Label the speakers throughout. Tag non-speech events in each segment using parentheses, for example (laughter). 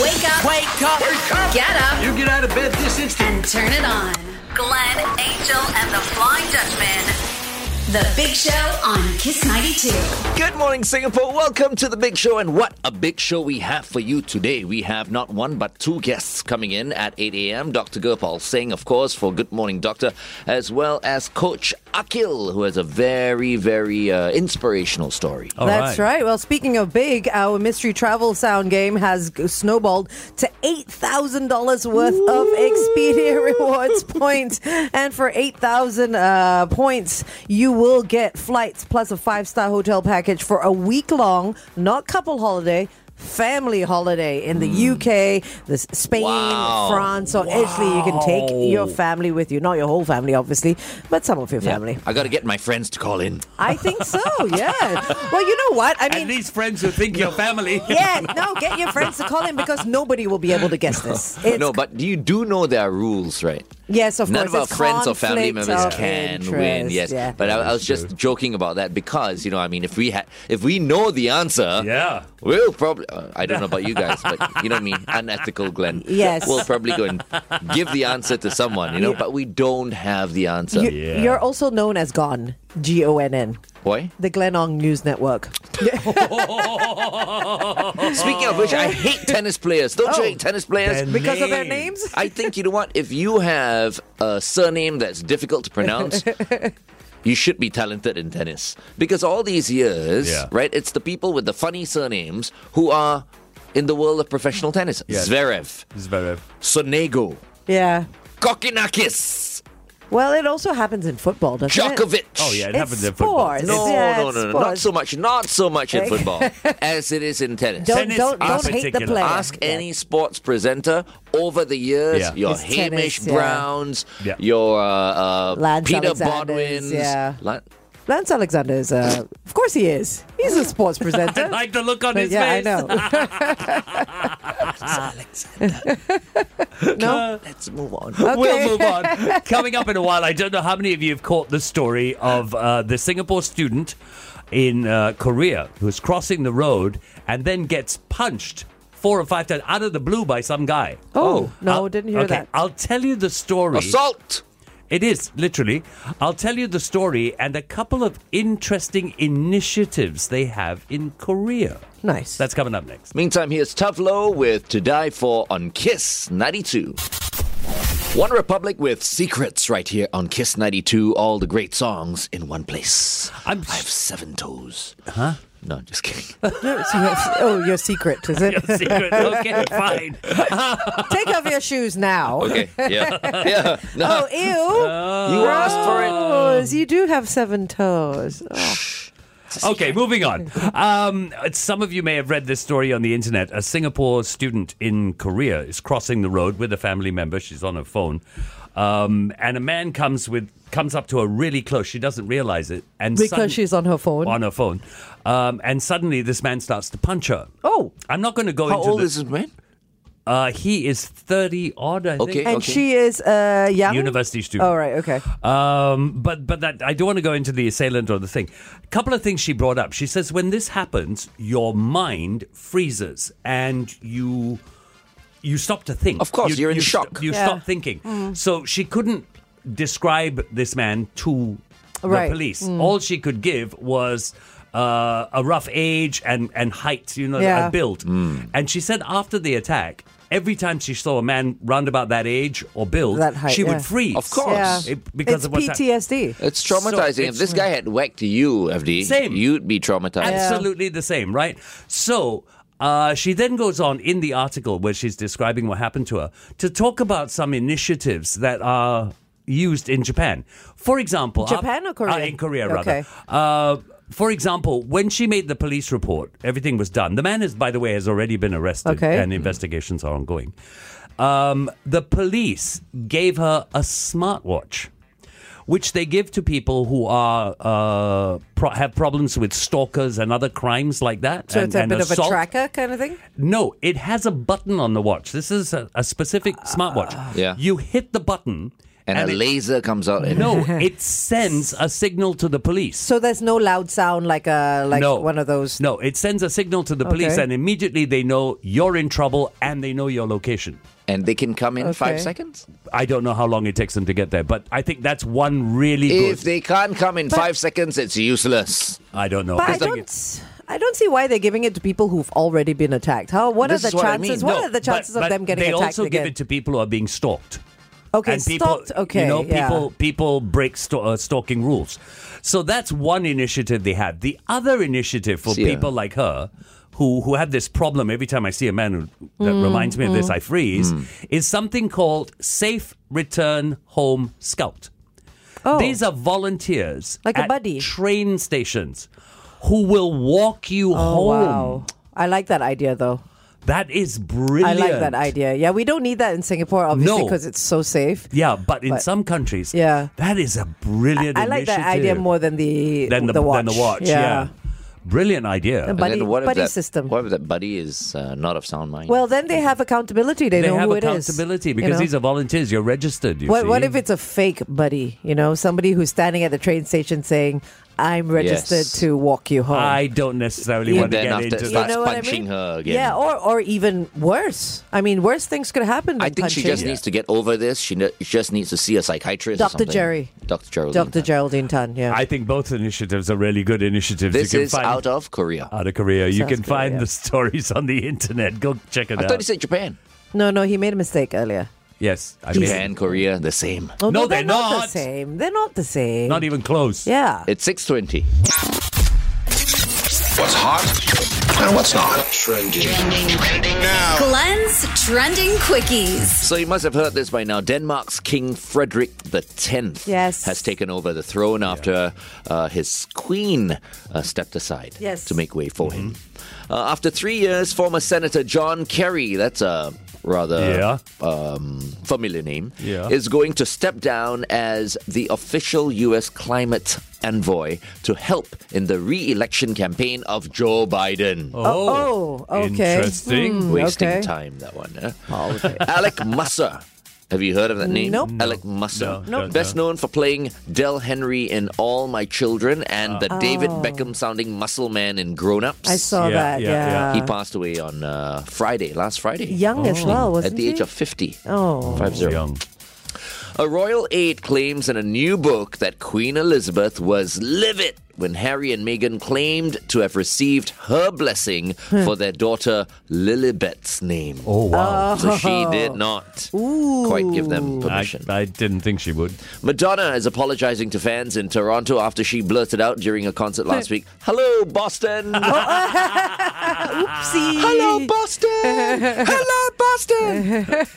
Speaker 1: Wake up. Wake up. Wake up. Get up
Speaker 2: You get out of bed this instant.
Speaker 1: and turn it on.
Speaker 3: Glenn, Angel, and the Flying Dutchman.
Speaker 1: The Big Show on Kiss 92.
Speaker 4: Good morning, Singapore. Welcome to the big show. And what a big show we have for you today. We have not one, but two guests coming in at 8 a.m. Dr. Gurpal Singh, of course, for Good Morning Doctor, as well as Coach Akil, who has a very, very uh, inspirational story.
Speaker 5: All
Speaker 6: That's
Speaker 5: right.
Speaker 6: right. Well, speaking of big, our mystery travel sound game has g- snowballed to $8,000 worth of Expedia (laughs) rewards points. And for 8,000 uh, points, you will get flights plus a five star hotel package for a week long, not couple holiday. Family holiday in
Speaker 5: Hmm.
Speaker 6: the UK, this Spain,
Speaker 4: Wow.
Speaker 6: France, or Italy. You can take your family with you, not your whole family, obviously, but some of your family.
Speaker 5: (laughs)
Speaker 4: I got to get my friends to call in.
Speaker 6: I think so. Yeah. well, you know what? I mean,
Speaker 5: At least friends who think you're
Speaker 2: (laughs)
Speaker 5: family.
Speaker 4: (laughs)
Speaker 6: yeah, no, get your friends to call in because nobody will be able to guess this.
Speaker 4: (laughs)
Speaker 6: It's,
Speaker 4: no, but you do know there are rules, right?
Speaker 6: yes, of
Speaker 4: None
Speaker 6: course.
Speaker 4: of our
Speaker 6: it's
Speaker 4: friends or family
Speaker 6: conflict
Speaker 4: members
Speaker 6: of
Speaker 4: can
Speaker 6: interest,
Speaker 4: win. Yes,
Speaker 6: yeah.
Speaker 4: but I, I was just joking about that because you know, I mean, if we had, if we know the answer,
Speaker 5: Yeah.
Speaker 4: we'll probably. Uh, I don't know about you guys,
Speaker 5: (laughs)
Speaker 4: but you know me, unethical Glenn.
Speaker 6: Yes.
Speaker 4: we'll probably go and give the answer to someone, you know, but we don't have the answer.
Speaker 6: you,
Speaker 5: Yeah.
Speaker 6: You're also known as Gon, G O N N,
Speaker 4: Why?
Speaker 6: the Glenong News Network. (laughs)
Speaker 4: Speaking of which,
Speaker 5: Oh.
Speaker 4: I hate tennis players. Don't you
Speaker 6: Oh.
Speaker 4: hate tennis players?
Speaker 5: Then-
Speaker 6: Because of their
Speaker 5: Names.
Speaker 6: names?
Speaker 4: I think you know what? If you have a surname that's difficult to
Speaker 5: (laughs)
Speaker 4: pronounce, you should be talented in tennis. Because all these years,
Speaker 5: Yeah.
Speaker 4: right, it's the people with the funny surnames who are in the world of professional tennis.
Speaker 5: Yes.
Speaker 4: Zverev,
Speaker 5: Zverev.
Speaker 4: Sonego,
Speaker 6: Yeah.
Speaker 4: Kokinakis,
Speaker 6: Well, it also happens in football, doesn't it?
Speaker 4: Djokovic.
Speaker 5: Oh, yeah, it
Speaker 6: It's
Speaker 5: happens in football.
Speaker 6: sports.
Speaker 4: No,
Speaker 6: Yeah,
Speaker 4: no,
Speaker 6: it's
Speaker 4: no, no, not
Speaker 6: sports.
Speaker 4: so much, not so much in
Speaker 6: Okay.
Speaker 4: football
Speaker 6: (laughs)
Speaker 4: as it is in tennis.
Speaker 6: Don't,
Speaker 5: Tennis
Speaker 6: don't,
Speaker 5: in
Speaker 6: don't hate the
Speaker 5: particular.
Speaker 6: player.
Speaker 4: Ask any sports presenter over the years.
Speaker 5: Yeah.
Speaker 4: Your
Speaker 6: It's
Speaker 4: Hamish
Speaker 6: tennis, yeah.
Speaker 4: Browns,
Speaker 5: Yeah.
Speaker 4: your uh, uh,
Speaker 6: Lance
Speaker 4: Peter
Speaker 6: Alexander's,
Speaker 4: Bodwins.
Speaker 6: yeah.
Speaker 4: Lan-
Speaker 6: Lance Alexander is, uh, of course he is. He's
Speaker 4: (laughs)
Speaker 6: a sports presenter.
Speaker 5: (laughs) I like the look on
Speaker 6: But
Speaker 5: his
Speaker 6: yeah,
Speaker 5: face.
Speaker 6: I know. no,
Speaker 4: Let's move on.
Speaker 5: (laughs) We'll move
Speaker 6: (laughs)
Speaker 5: on. Coming up in a while, I don't know how many of you have caught the story of uh, the Singapore student in uh, Korea who's crossing the road and then gets punched four or five times out of the blue by some guy.
Speaker 6: Oh, no,
Speaker 5: I'll-
Speaker 6: didn't hear
Speaker 5: okay,
Speaker 6: that.
Speaker 5: I'll tell you the story.
Speaker 4: Assault.
Speaker 5: It is, literally. I'll tell you the story and a couple of interesting initiatives they have in Korea.
Speaker 6: nice.
Speaker 5: That's coming up next.
Speaker 4: Meantime, here's Tough Low with To Die For on Kiss 92. One Republic with Secrets right here on Kiss 92. All the great songs in one place.
Speaker 5: I'm-
Speaker 4: I have seven toes. Huh? No,
Speaker 5: (laughs)
Speaker 4: just kidding.
Speaker 6: No, it's your- (laughs) oh, your secret, is it?
Speaker 5: Secret. Okay, fine.
Speaker 6: Take off your shoes now.
Speaker 4: Okay, yeah. yeah. No,
Speaker 6: Oh, ew.
Speaker 4: you asked for it.
Speaker 6: Toes. You do have seven toes. Oh.
Speaker 5: (laughs) Okay, moving on. Um, some of you may have read this story on the internet. A Singapore student in Korea is crossing the road with a family member. She's on her phone, um, and a man comes with comes up to her really close. She doesn't realize it, and
Speaker 6: Because
Speaker 5: sudden-
Speaker 6: she's on her phone.
Speaker 5: On her phone, um, and suddenly this man starts to punch her.
Speaker 6: Oh.
Speaker 5: I'm not going to go
Speaker 4: How
Speaker 5: into
Speaker 4: old
Speaker 5: the-
Speaker 4: is this man?
Speaker 5: Uh, he is thirty odd. I think.
Speaker 4: Okay.
Speaker 6: And she is uh, young.
Speaker 5: University student.
Speaker 6: All right. Okay.
Speaker 5: Um, but but that I don't want to go into the assailant or the thing. A couple of things she brought up. She says when this happens, your mind freezes and you you stop to think.
Speaker 4: Of course,
Speaker 5: You-
Speaker 4: you're in
Speaker 5: you
Speaker 4: shock.
Speaker 5: st- you
Speaker 6: Yeah. Mm.
Speaker 5: stop thinking. So she couldn't describe this man to
Speaker 6: Right. Mm.
Speaker 5: the police. All she could give was. Uh, a rough age and, and height, you know,
Speaker 6: Yeah.
Speaker 5: a build.
Speaker 4: Mm.
Speaker 5: And she said after the attack, every time she saw a man round about that age or build,
Speaker 6: That height,
Speaker 5: she would
Speaker 6: yeah.
Speaker 5: freeze.
Speaker 4: Of course.
Speaker 6: Yeah.
Speaker 5: It- because
Speaker 6: it's
Speaker 5: of what's hap-
Speaker 6: PTSD.
Speaker 4: It's
Speaker 5: So
Speaker 4: traumatizing. if
Speaker 5: it's-
Speaker 4: this guy had whacked you, FD,
Speaker 5: Same.
Speaker 4: you'd be traumatized.
Speaker 5: Absolutely the same, right? So uh, she then goes on in the article where she's describing what happened to her to talk about some initiatives that are used in Japan. For example,
Speaker 6: Japan or Korea?
Speaker 5: Uh, in Korea,
Speaker 6: Okay.
Speaker 5: rather. Uh, for example, when she made the police report, everything was done. The man is, by the way, has already been arrested,
Speaker 6: Okay.
Speaker 5: and investigations are ongoing. Um, the police gave her a smartwatch which they give to people who are uh, pro- have problems with stalkers and other crimes like that.
Speaker 6: So
Speaker 5: and,
Speaker 6: it's a
Speaker 5: and
Speaker 6: bit of a
Speaker 5: assault.
Speaker 6: tracker kind of thing.
Speaker 5: No,
Speaker 6: Ah.
Speaker 5: it has a button on the watch. This is a, a specific smartwatch.
Speaker 4: Yeah.
Speaker 5: You hit the button
Speaker 4: and,
Speaker 5: And
Speaker 4: a
Speaker 5: it-
Speaker 4: laser comes out.
Speaker 6: (laughs)
Speaker 4: And
Speaker 5: No, it sends a signal to the police.
Speaker 6: So there's no loud sound like a like
Speaker 5: no,
Speaker 6: one of those.
Speaker 5: No, it sends a signal to the police,
Speaker 6: Okay.
Speaker 5: and immediately they know you're in trouble and they know your location.
Speaker 4: and they can come in five
Speaker 6: Okay.
Speaker 4: seconds.
Speaker 5: I don't know how long it takes them to get there, but I think that's one really
Speaker 4: If
Speaker 5: good.
Speaker 4: they can't come in five seconds, it's useless.
Speaker 5: I don't know.
Speaker 6: But I
Speaker 5: It's like-
Speaker 6: don't. I don't see why they're giving it to people who've already been attacked. How? What
Speaker 4: This is
Speaker 6: are the
Speaker 4: what I
Speaker 6: chances?
Speaker 4: mean.
Speaker 6: What
Speaker 5: No,
Speaker 6: are the
Speaker 5: but-
Speaker 6: chances
Speaker 5: but
Speaker 6: of them getting
Speaker 5: they
Speaker 6: attacked
Speaker 5: also give
Speaker 6: again?
Speaker 5: it to people who are being stalked.
Speaker 6: okay,
Speaker 5: and people,
Speaker 6: stopped. Okay,
Speaker 5: you know,
Speaker 6: yeah.
Speaker 5: people people break sto- uh, stalking rules. So that's one initiative they had. The other initiative for
Speaker 4: Yeah.
Speaker 5: people like her. Who, who have this problem every time I see a man who, that
Speaker 6: Mm,
Speaker 5: reminds me of this, I freeze, is something called Safe Return Home Scout.
Speaker 6: Oh,
Speaker 5: These are volunteers
Speaker 6: Like a
Speaker 5: at
Speaker 6: buddy.
Speaker 5: train stations who will walk you
Speaker 6: oh,
Speaker 5: home.
Speaker 6: wow. I like that idea though.
Speaker 5: That is brilliant.
Speaker 6: I like that idea. Yeah, we don't need that in Singapore, obviously,
Speaker 5: No.
Speaker 6: because it's so safe.
Speaker 5: Yeah, but in
Speaker 6: But-
Speaker 5: some countries,
Speaker 6: Yeah.
Speaker 5: that is a brilliant.
Speaker 6: I like that idea
Speaker 5: initiative
Speaker 6: more than the
Speaker 5: than the,
Speaker 6: watch.
Speaker 5: Than the watch. Yeah. brilliant idea.
Speaker 6: But- Buddy-
Speaker 4: and then what if
Speaker 6: buddy
Speaker 4: that,
Speaker 6: system.
Speaker 4: What if that buddy is uh, not of sound mind?
Speaker 6: Well, then they have accountability. They,
Speaker 5: they
Speaker 6: know
Speaker 5: have
Speaker 6: who it is.
Speaker 5: accountability
Speaker 6: you
Speaker 5: because
Speaker 6: know?
Speaker 5: these are volunteers. You're registered. You
Speaker 6: What, what
Speaker 5: see.
Speaker 6: if it's a fake buddy? You know, somebody who's standing at the train station saying, "I'm registered
Speaker 4: Yes.
Speaker 6: to walk you home."
Speaker 5: I don't necessarily
Speaker 6: You
Speaker 5: want to
Speaker 4: then
Speaker 5: get
Speaker 4: after
Speaker 5: into
Speaker 4: it's
Speaker 5: that.
Speaker 4: like- punching her again.
Speaker 6: Yeah, or or even worse. I mean, worse things could happen. Than
Speaker 4: I think she
Speaker 6: punching.
Speaker 4: just needs to get over this. She ne- just needs to see a psychiatrist. or
Speaker 6: Dr.
Speaker 4: something.
Speaker 6: Jerry.
Speaker 4: Dr. Geraldine.
Speaker 6: Dr. Geraldine Tan. Yeah.
Speaker 5: I think both initiatives are really good initiatives.
Speaker 4: This
Speaker 5: you can
Speaker 4: is
Speaker 5: find
Speaker 4: out of Korea.
Speaker 5: out of Korea. You
Speaker 6: Sounds
Speaker 5: can
Speaker 6: good,
Speaker 5: find
Speaker 6: yeah.
Speaker 5: the (laughs) stories on the internet. Go check it
Speaker 4: I
Speaker 5: out.
Speaker 4: thought you said Japan.
Speaker 6: no, no, he made a mistake earlier.
Speaker 5: yes, I mean,
Speaker 4: Japan and Korea, the same.
Speaker 6: Oh,
Speaker 5: No,
Speaker 6: they're,
Speaker 5: they're
Speaker 6: not. the
Speaker 5: not.
Speaker 6: same. They're not the same.
Speaker 5: not even close.
Speaker 6: yeah.
Speaker 4: It's 620.
Speaker 2: What's hot and what's not? Trending. now.
Speaker 1: Glenn's Trending Quickies.
Speaker 4: So you must have heard this by now. Denmark's King Frederick X
Speaker 6: Yes.
Speaker 4: has taken over the throne after uh, his queen uh, stepped aside
Speaker 6: Yes.
Speaker 4: to make way for him.
Speaker 5: Mm-hmm.
Speaker 4: Uh, after three years, former Senator John Kerry, that's a rather
Speaker 5: Yeah.
Speaker 4: um, familiar name,
Speaker 5: Yeah.
Speaker 4: is going to step down as the official U.S. climate envoy to help in the re-election campaign of Joe Biden.
Speaker 5: Oh,
Speaker 6: oh, okay. Hmm.
Speaker 5: Interesting.
Speaker 4: Wasting
Speaker 6: Mm, okay.
Speaker 4: time, that one. eh? (laughs) Alec Musser. Have you heard of that name?
Speaker 6: Nope.
Speaker 4: Alec Musser.
Speaker 5: No, Nope.
Speaker 4: Best known for playing Del Henry in All My Children and the David Beckham sounding muscle man in Grown Ups.
Speaker 6: Oh. Mm, I saw
Speaker 5: Yeah,
Speaker 6: that.
Speaker 5: yeah,
Speaker 6: Yeah.
Speaker 5: yeah.
Speaker 4: He passed away on uh, Friday, last Friday. Mm.
Speaker 6: Young as well, wasn't
Speaker 4: Oh, At the
Speaker 6: he?
Speaker 4: age of 50.
Speaker 6: Oh.
Speaker 4: Five zero.
Speaker 5: Young.
Speaker 4: A royal aide claims in a new book that Queen Elizabeth was livid when Harry and Meghan claimed to have received her blessing
Speaker 6: Hmm.
Speaker 4: for their daughter Lilibet's name.
Speaker 5: Oh wow.
Speaker 4: So she did not quite give them
Speaker 5: I,
Speaker 4: permission.
Speaker 5: I didn't think she would.
Speaker 4: Madonna is apologizing to fans in Toronto after she blurted out during a concert last week, Hello, Boston!
Speaker 6: Oopsie.
Speaker 4: Hello, Boston! (laughs) Hello,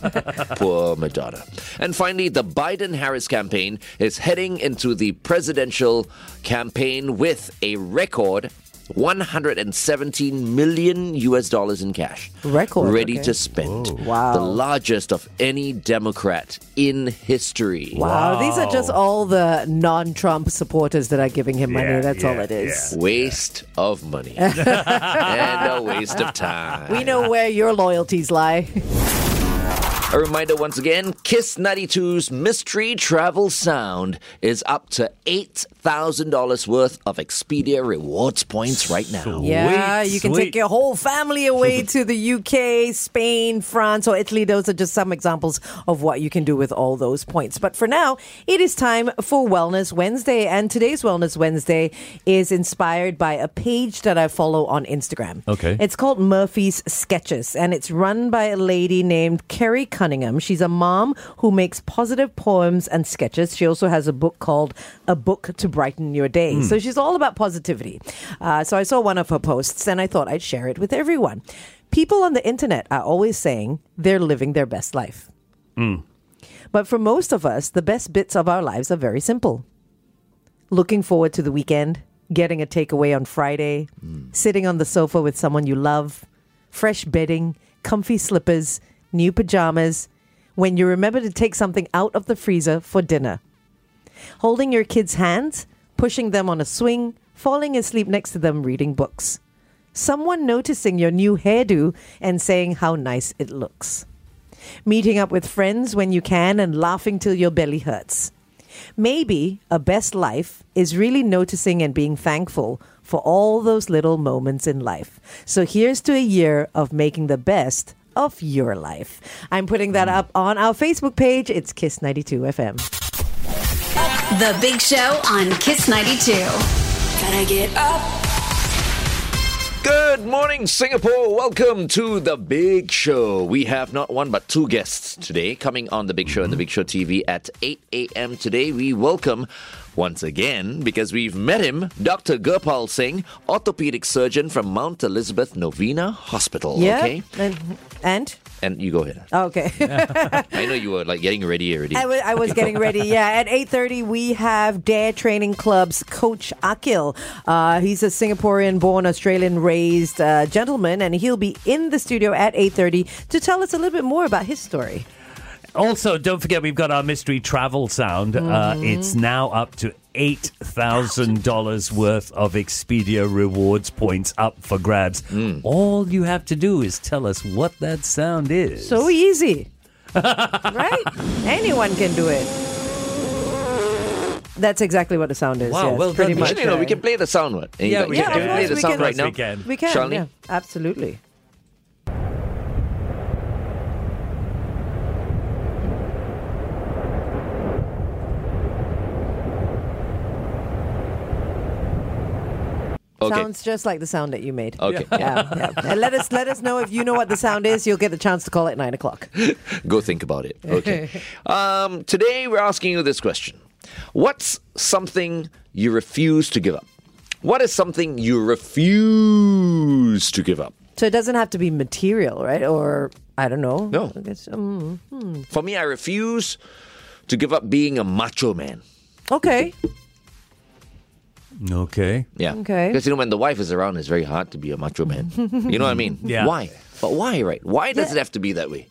Speaker 4: Boston! (laughs) Poor Madonna. And finally, the Biden Harris campaign is heading into the presidential campaign with a record. 117 million US dollars in cash.
Speaker 6: Record,
Speaker 4: Ready
Speaker 6: okay.
Speaker 4: to spend.
Speaker 6: Wow.
Speaker 4: The largest of any Democrat in history.
Speaker 6: Wow. These are just all the non-Trump supporters that are giving him money.
Speaker 5: Yeah,
Speaker 6: That's all
Speaker 5: yeah,
Speaker 6: it is.
Speaker 4: Waste of
Speaker 6: (laughs)
Speaker 4: money. and a waste of time.
Speaker 6: We know where your loyalties lie.
Speaker 4: A reminder once again Kiss 92's Mystery Travel Sound is up to $8,000 worth of Expedia rewards points right now.
Speaker 6: Yeah, you can
Speaker 5: sweet.
Speaker 6: take your whole family away to the UK, Spain, France, or Italy. Those are just some examples of what you can do with all those points. But for now, it is time for Wellness Wednesday. And today's Wellness Wednesday is inspired by a page that I follow on Instagram.
Speaker 5: Okay.
Speaker 6: It's called Murphy's Sketches, and it's run by a lady named Kerry Cunningham. She's a mom who makes positive poems and sketches. She also has a book called A Book to Brighten Your Day. So she's all about positivity. Uh, so I saw one of her posts and I thought I'd share it with everyone. People on the internet are always saying they're living their best life. But for most of us, the best bits of our lives are very simple. Looking forward to the weekend, getting a takeaway on Friday, sitting on the sofa with someone you love, fresh bedding, comfy slippers, new pajamas, when you remember to take something out of the freezer for dinner. Holding your kids' hands, pushing them on a swing, falling asleep next to them reading books. Someone noticing your new hairdo and saying how nice it looks. meeting up with friends when you can, and laughing till your belly hurts. Maybe a best life is really noticing and being thankful for all those little moments in life. So here's to a year of making the best of your life. I'm putting that up on our Facebook page. It's Kiss92FM.
Speaker 1: The Big Show on Kiss 92. Gotta get up.
Speaker 4: Good morning, Singapore. Welcome to the Big Show. We have not one but two guests today coming on the Big Show and the Big Show TV at 8 a.m. today. We welcome once again because we've met him, Dr. Gurpal Singh, orthopedic surgeon from Mount Elizabeth Novena Hospital.
Speaker 6: Yeah.
Speaker 4: Okay,
Speaker 6: And, and?
Speaker 4: and you go ahead.
Speaker 6: Okay. (laughs)
Speaker 4: I know you were like getting ready already.
Speaker 6: I was, I was getting
Speaker 4: (laughs)
Speaker 6: ready. Yeah, at eight thirty we have Dare Training Club's coach Akil. Uh, he's a Singaporean-born, Australian-raised uh, gentleman, and he'll be in the studio at eight thirty to tell us a little bit more about his story.
Speaker 5: Also, don't forget we've got our mystery travel sound.
Speaker 6: Mm-hmm.
Speaker 5: Uh, it's now up to eight thousand dollars worth of Expedia rewards points up for grabs.
Speaker 4: Mm.
Speaker 5: All you have to do is tell us what that sound is.
Speaker 4: (laughs)
Speaker 6: So easy, right? Anyone can do it. That's exactly what the sound is.
Speaker 5: Wow,
Speaker 6: yes,
Speaker 5: well
Speaker 6: pretty
Speaker 5: done.
Speaker 6: much.
Speaker 4: Actually, no, we
Speaker 6: right.
Speaker 4: can play the sound one. And you
Speaker 5: Yeah,
Speaker 4: got-
Speaker 5: we
Speaker 4: you
Speaker 5: can.
Speaker 4: can
Speaker 5: Yeah,
Speaker 4: play
Speaker 5: of
Speaker 4: the
Speaker 5: course
Speaker 4: sound
Speaker 5: we
Speaker 4: right
Speaker 5: can.
Speaker 4: now.
Speaker 5: Of course we
Speaker 6: We can.
Speaker 4: Shall we?
Speaker 6: yeah, absolutely.
Speaker 4: Okay.
Speaker 6: Sounds just like the sound that you made.
Speaker 4: Okay.
Speaker 6: Yeah, yeah. And let us let us know if you know what the sound is. You'll get the chance to call at nine o'clock.
Speaker 4: Go think about it.
Speaker 6: (laughs)
Speaker 4: Okay. um, today we're asking you this question: What's something you refuse to give up? What is something you refuse to give up?
Speaker 6: So it doesn't have to be material, right? Or I don't know.
Speaker 4: No.
Speaker 6: I guess, um,
Speaker 4: For me, I refuse to give up being a macho man.
Speaker 6: okay.
Speaker 5: okay.
Speaker 4: Yeah.
Speaker 6: Okay.
Speaker 4: Because you know when the wife is around, it's very hard to be a macho man. you know what I mean?
Speaker 6: (laughs)
Speaker 5: Yeah.
Speaker 4: Why? But why, right? Why does it have to be that way?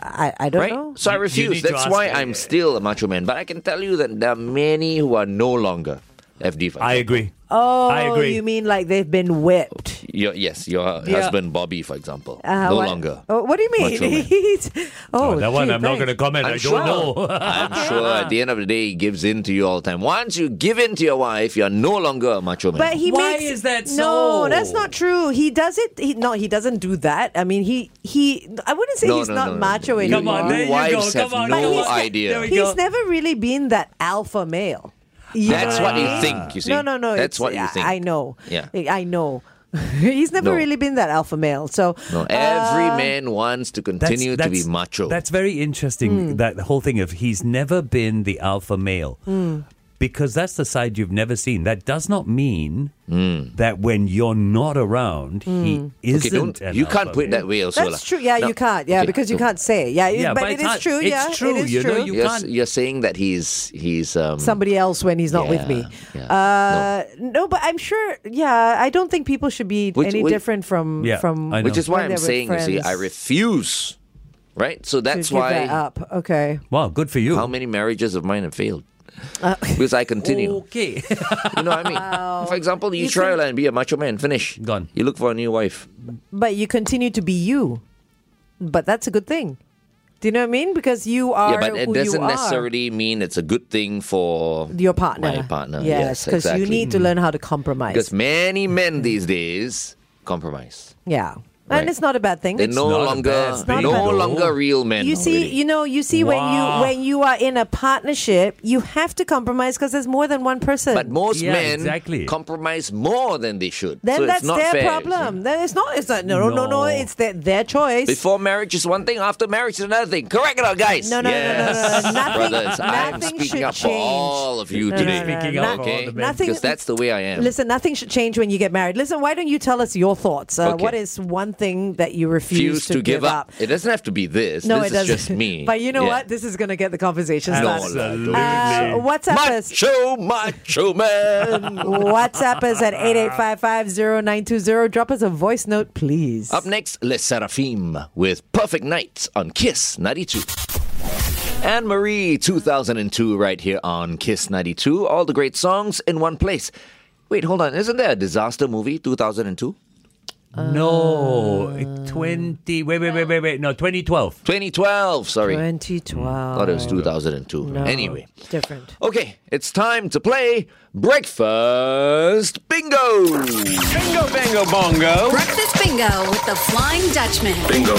Speaker 6: I, I don't
Speaker 4: right?
Speaker 6: know.
Speaker 4: So I
Speaker 5: You- you
Speaker 4: refuse.
Speaker 5: need to
Speaker 4: That's
Speaker 5: ask
Speaker 4: why
Speaker 5: her.
Speaker 4: I'm still a macho man. But I can tell you that there are many who are no longer FD. for
Speaker 5: I
Speaker 4: example.
Speaker 5: agree. Oh, I
Speaker 6: Oh,
Speaker 5: agree.
Speaker 6: you mean like they've been whipped?
Speaker 4: Your, yes, your
Speaker 5: Yeah.
Speaker 4: husband Bobby, for example,
Speaker 6: Uh,
Speaker 4: no
Speaker 6: what-
Speaker 4: longer.
Speaker 6: Oh, what do you mean? (laughs)
Speaker 4: Macho man.
Speaker 6: He's- oh,
Speaker 5: Oh, that one
Speaker 6: gee,
Speaker 5: I'm not
Speaker 6: thanks.
Speaker 5: going to comment. I
Speaker 4: I'm
Speaker 5: don't
Speaker 4: sure.
Speaker 6: (laughs)
Speaker 5: know.
Speaker 4: I'm sure at the end of the day, he gives in to you all the time. Once you give in to your wife, you're no longer a macho man.
Speaker 6: But he
Speaker 5: Why
Speaker 6: makes,
Speaker 5: is that so?
Speaker 6: No, that's not true. He does it. He, no, he doesn't do that. I mean, he he. I wouldn't say
Speaker 4: No,
Speaker 6: he's
Speaker 4: no,
Speaker 6: not
Speaker 4: no, no.
Speaker 6: macho
Speaker 4: You-
Speaker 6: anymore.
Speaker 5: Come on, there you
Speaker 4: wives
Speaker 5: go.
Speaker 4: have
Speaker 5: Come on,
Speaker 4: no
Speaker 5: come on.
Speaker 4: idea.
Speaker 5: There we
Speaker 6: He's
Speaker 5: go.
Speaker 6: never really been that alpha male. You know
Speaker 4: That's
Speaker 6: I
Speaker 4: what you
Speaker 6: mean?
Speaker 4: think, you see.
Speaker 6: No, no, no.
Speaker 4: That's
Speaker 6: it's-
Speaker 4: what you
Speaker 6: I-
Speaker 4: think.
Speaker 6: I know.
Speaker 4: Yeah.
Speaker 6: I I know. (laughs) He's
Speaker 4: No.
Speaker 6: never really been that alpha male. So uh,
Speaker 4: no, every man wants to continue to be macho.
Speaker 5: That's very interesting. That whole thing of he's never been the alpha male. Because that's the side you've never seen. That does not mean that when you're not around, he
Speaker 4: Hmm. okay,
Speaker 5: isn't.
Speaker 4: don't,
Speaker 5: an
Speaker 4: you can't
Speaker 5: alpha
Speaker 4: put it
Speaker 5: male.
Speaker 4: that way also.
Speaker 6: That's
Speaker 4: lah.
Speaker 6: true. Yeah,
Speaker 4: No,
Speaker 6: you can't. Yeah,
Speaker 4: okay, Oh.
Speaker 6: because you
Speaker 4: so
Speaker 6: can't say. Yeah, it-
Speaker 5: Yeah,
Speaker 6: but,
Speaker 5: but
Speaker 6: it
Speaker 5: it's
Speaker 6: is
Speaker 5: not-
Speaker 6: true.
Speaker 5: it's
Speaker 6: yeah,
Speaker 5: true,
Speaker 6: It is
Speaker 5: you know,
Speaker 6: true.
Speaker 5: you-
Speaker 4: You're,
Speaker 5: can't-
Speaker 4: you're saying that he's he's um,
Speaker 6: Somebody else when he's not with
Speaker 4: Yeah,
Speaker 6: me.
Speaker 4: yeah.
Speaker 6: Uh, no. but I'm sure. Yeah, I don't think people should be
Speaker 4: Which-
Speaker 6: any
Speaker 4: which-
Speaker 6: different from
Speaker 5: Yeah,
Speaker 6: from.
Speaker 5: I know.
Speaker 4: which is why
Speaker 6: when
Speaker 4: I'm
Speaker 6: they were
Speaker 4: saying, you see, I
Speaker 6: friends.
Speaker 4: refuse. Right, so
Speaker 6: to
Speaker 4: that's
Speaker 6: give
Speaker 4: why
Speaker 6: that up. Okay.
Speaker 5: Wow, good for you.
Speaker 4: how many marriages of mine have failed?
Speaker 6: Uh,
Speaker 4: (laughs) because I
Speaker 6: (laughs)
Speaker 4: continue. (laughs)
Speaker 5: Okay. (laughs)
Speaker 4: You know what I mean? For example, you,
Speaker 6: You
Speaker 4: try
Speaker 6: can-
Speaker 4: and be a macho man, finish.
Speaker 5: Gone.
Speaker 4: You look for a new wife.
Speaker 6: but you continue to be you. But that's a good thing. Do you know what I mean? Because you are
Speaker 4: yeah, but it
Speaker 6: who
Speaker 4: doesn't
Speaker 6: you are.
Speaker 4: necessarily mean it's a good thing for
Speaker 6: your partner.
Speaker 4: My partner.
Speaker 6: Yes, because
Speaker 4: exactly.
Speaker 6: you need to learn how to compromise.
Speaker 4: Because many men these days compromise.
Speaker 6: yeah,
Speaker 4: Right.
Speaker 6: and it's not a bad thing.
Speaker 4: They're
Speaker 6: It's-
Speaker 4: no
Speaker 5: not a
Speaker 4: longer
Speaker 5: bad thing,
Speaker 4: no
Speaker 5: though.
Speaker 4: longer real men.
Speaker 6: you see,
Speaker 4: already.
Speaker 6: you know, you see
Speaker 5: Wow.
Speaker 6: when you when you are in a partnership, you have to compromise because there's more than one person.
Speaker 4: but most
Speaker 5: Yeah,
Speaker 4: men
Speaker 5: exactly.
Speaker 4: compromise more than they should.
Speaker 6: then
Speaker 4: so
Speaker 6: that's
Speaker 4: it's not
Speaker 6: their
Speaker 4: fair, you see.
Speaker 6: problem. Then it's not. It's not. No, no, no, no.
Speaker 5: No.
Speaker 6: It's their their choice.
Speaker 4: Before marriage is one thing, after marriage is another thing. Correct it, all, guys.
Speaker 6: No, no, no, no, no, no, no.
Speaker 4: Yes,
Speaker 6: Nothing-
Speaker 4: brothers, I'm
Speaker 6: nothing
Speaker 4: speaking up for
Speaker 6: should
Speaker 4: all of you
Speaker 6: No, no,
Speaker 4: today.
Speaker 6: no, no,
Speaker 5: Speaking up for all
Speaker 4: okay,
Speaker 5: the men.
Speaker 6: Nothing-
Speaker 4: because that's the way I am.
Speaker 6: Listen, nothing should change when you get married. Listen, why don't you tell us your thoughts? Uh,
Speaker 4: Okay.
Speaker 6: What is one thing that you
Speaker 4: refuse
Speaker 6: refuse,
Speaker 4: to, give up. It doesn't have to be this.
Speaker 6: No,
Speaker 4: this
Speaker 6: it doesn't.
Speaker 4: is just me.
Speaker 6: (laughs) but you know
Speaker 4: Yeah.
Speaker 6: what? This is going to get the conversation started.
Speaker 5: Absolutely.
Speaker 6: Uh, WhatsApp us.
Speaker 4: macho, macho
Speaker 6: (laughs)
Speaker 4: man.
Speaker 6: WhatsApp us at 88550920. Drop us a voice note, please.
Speaker 4: Up next, Les Seraphim with Perfect Night on Kiss 92. Anne Marie 2002 right here on Kiss 92. All the great songs in one place. Wait, hold on. Isn't there a disaster movie 2002?
Speaker 5: No, it- 20. Wait, wait, wait, wait, wait. No, 2012.
Speaker 4: 2012, sorry.
Speaker 6: 2012.
Speaker 4: Thought it was 2002. Anyway.
Speaker 6: it's different.
Speaker 4: Okay, it's time to play Breakfast Bingo!
Speaker 2: Bingo, bingo, bongo.
Speaker 1: Breakfast bingo with the Flying Dutchman.
Speaker 2: Bingo.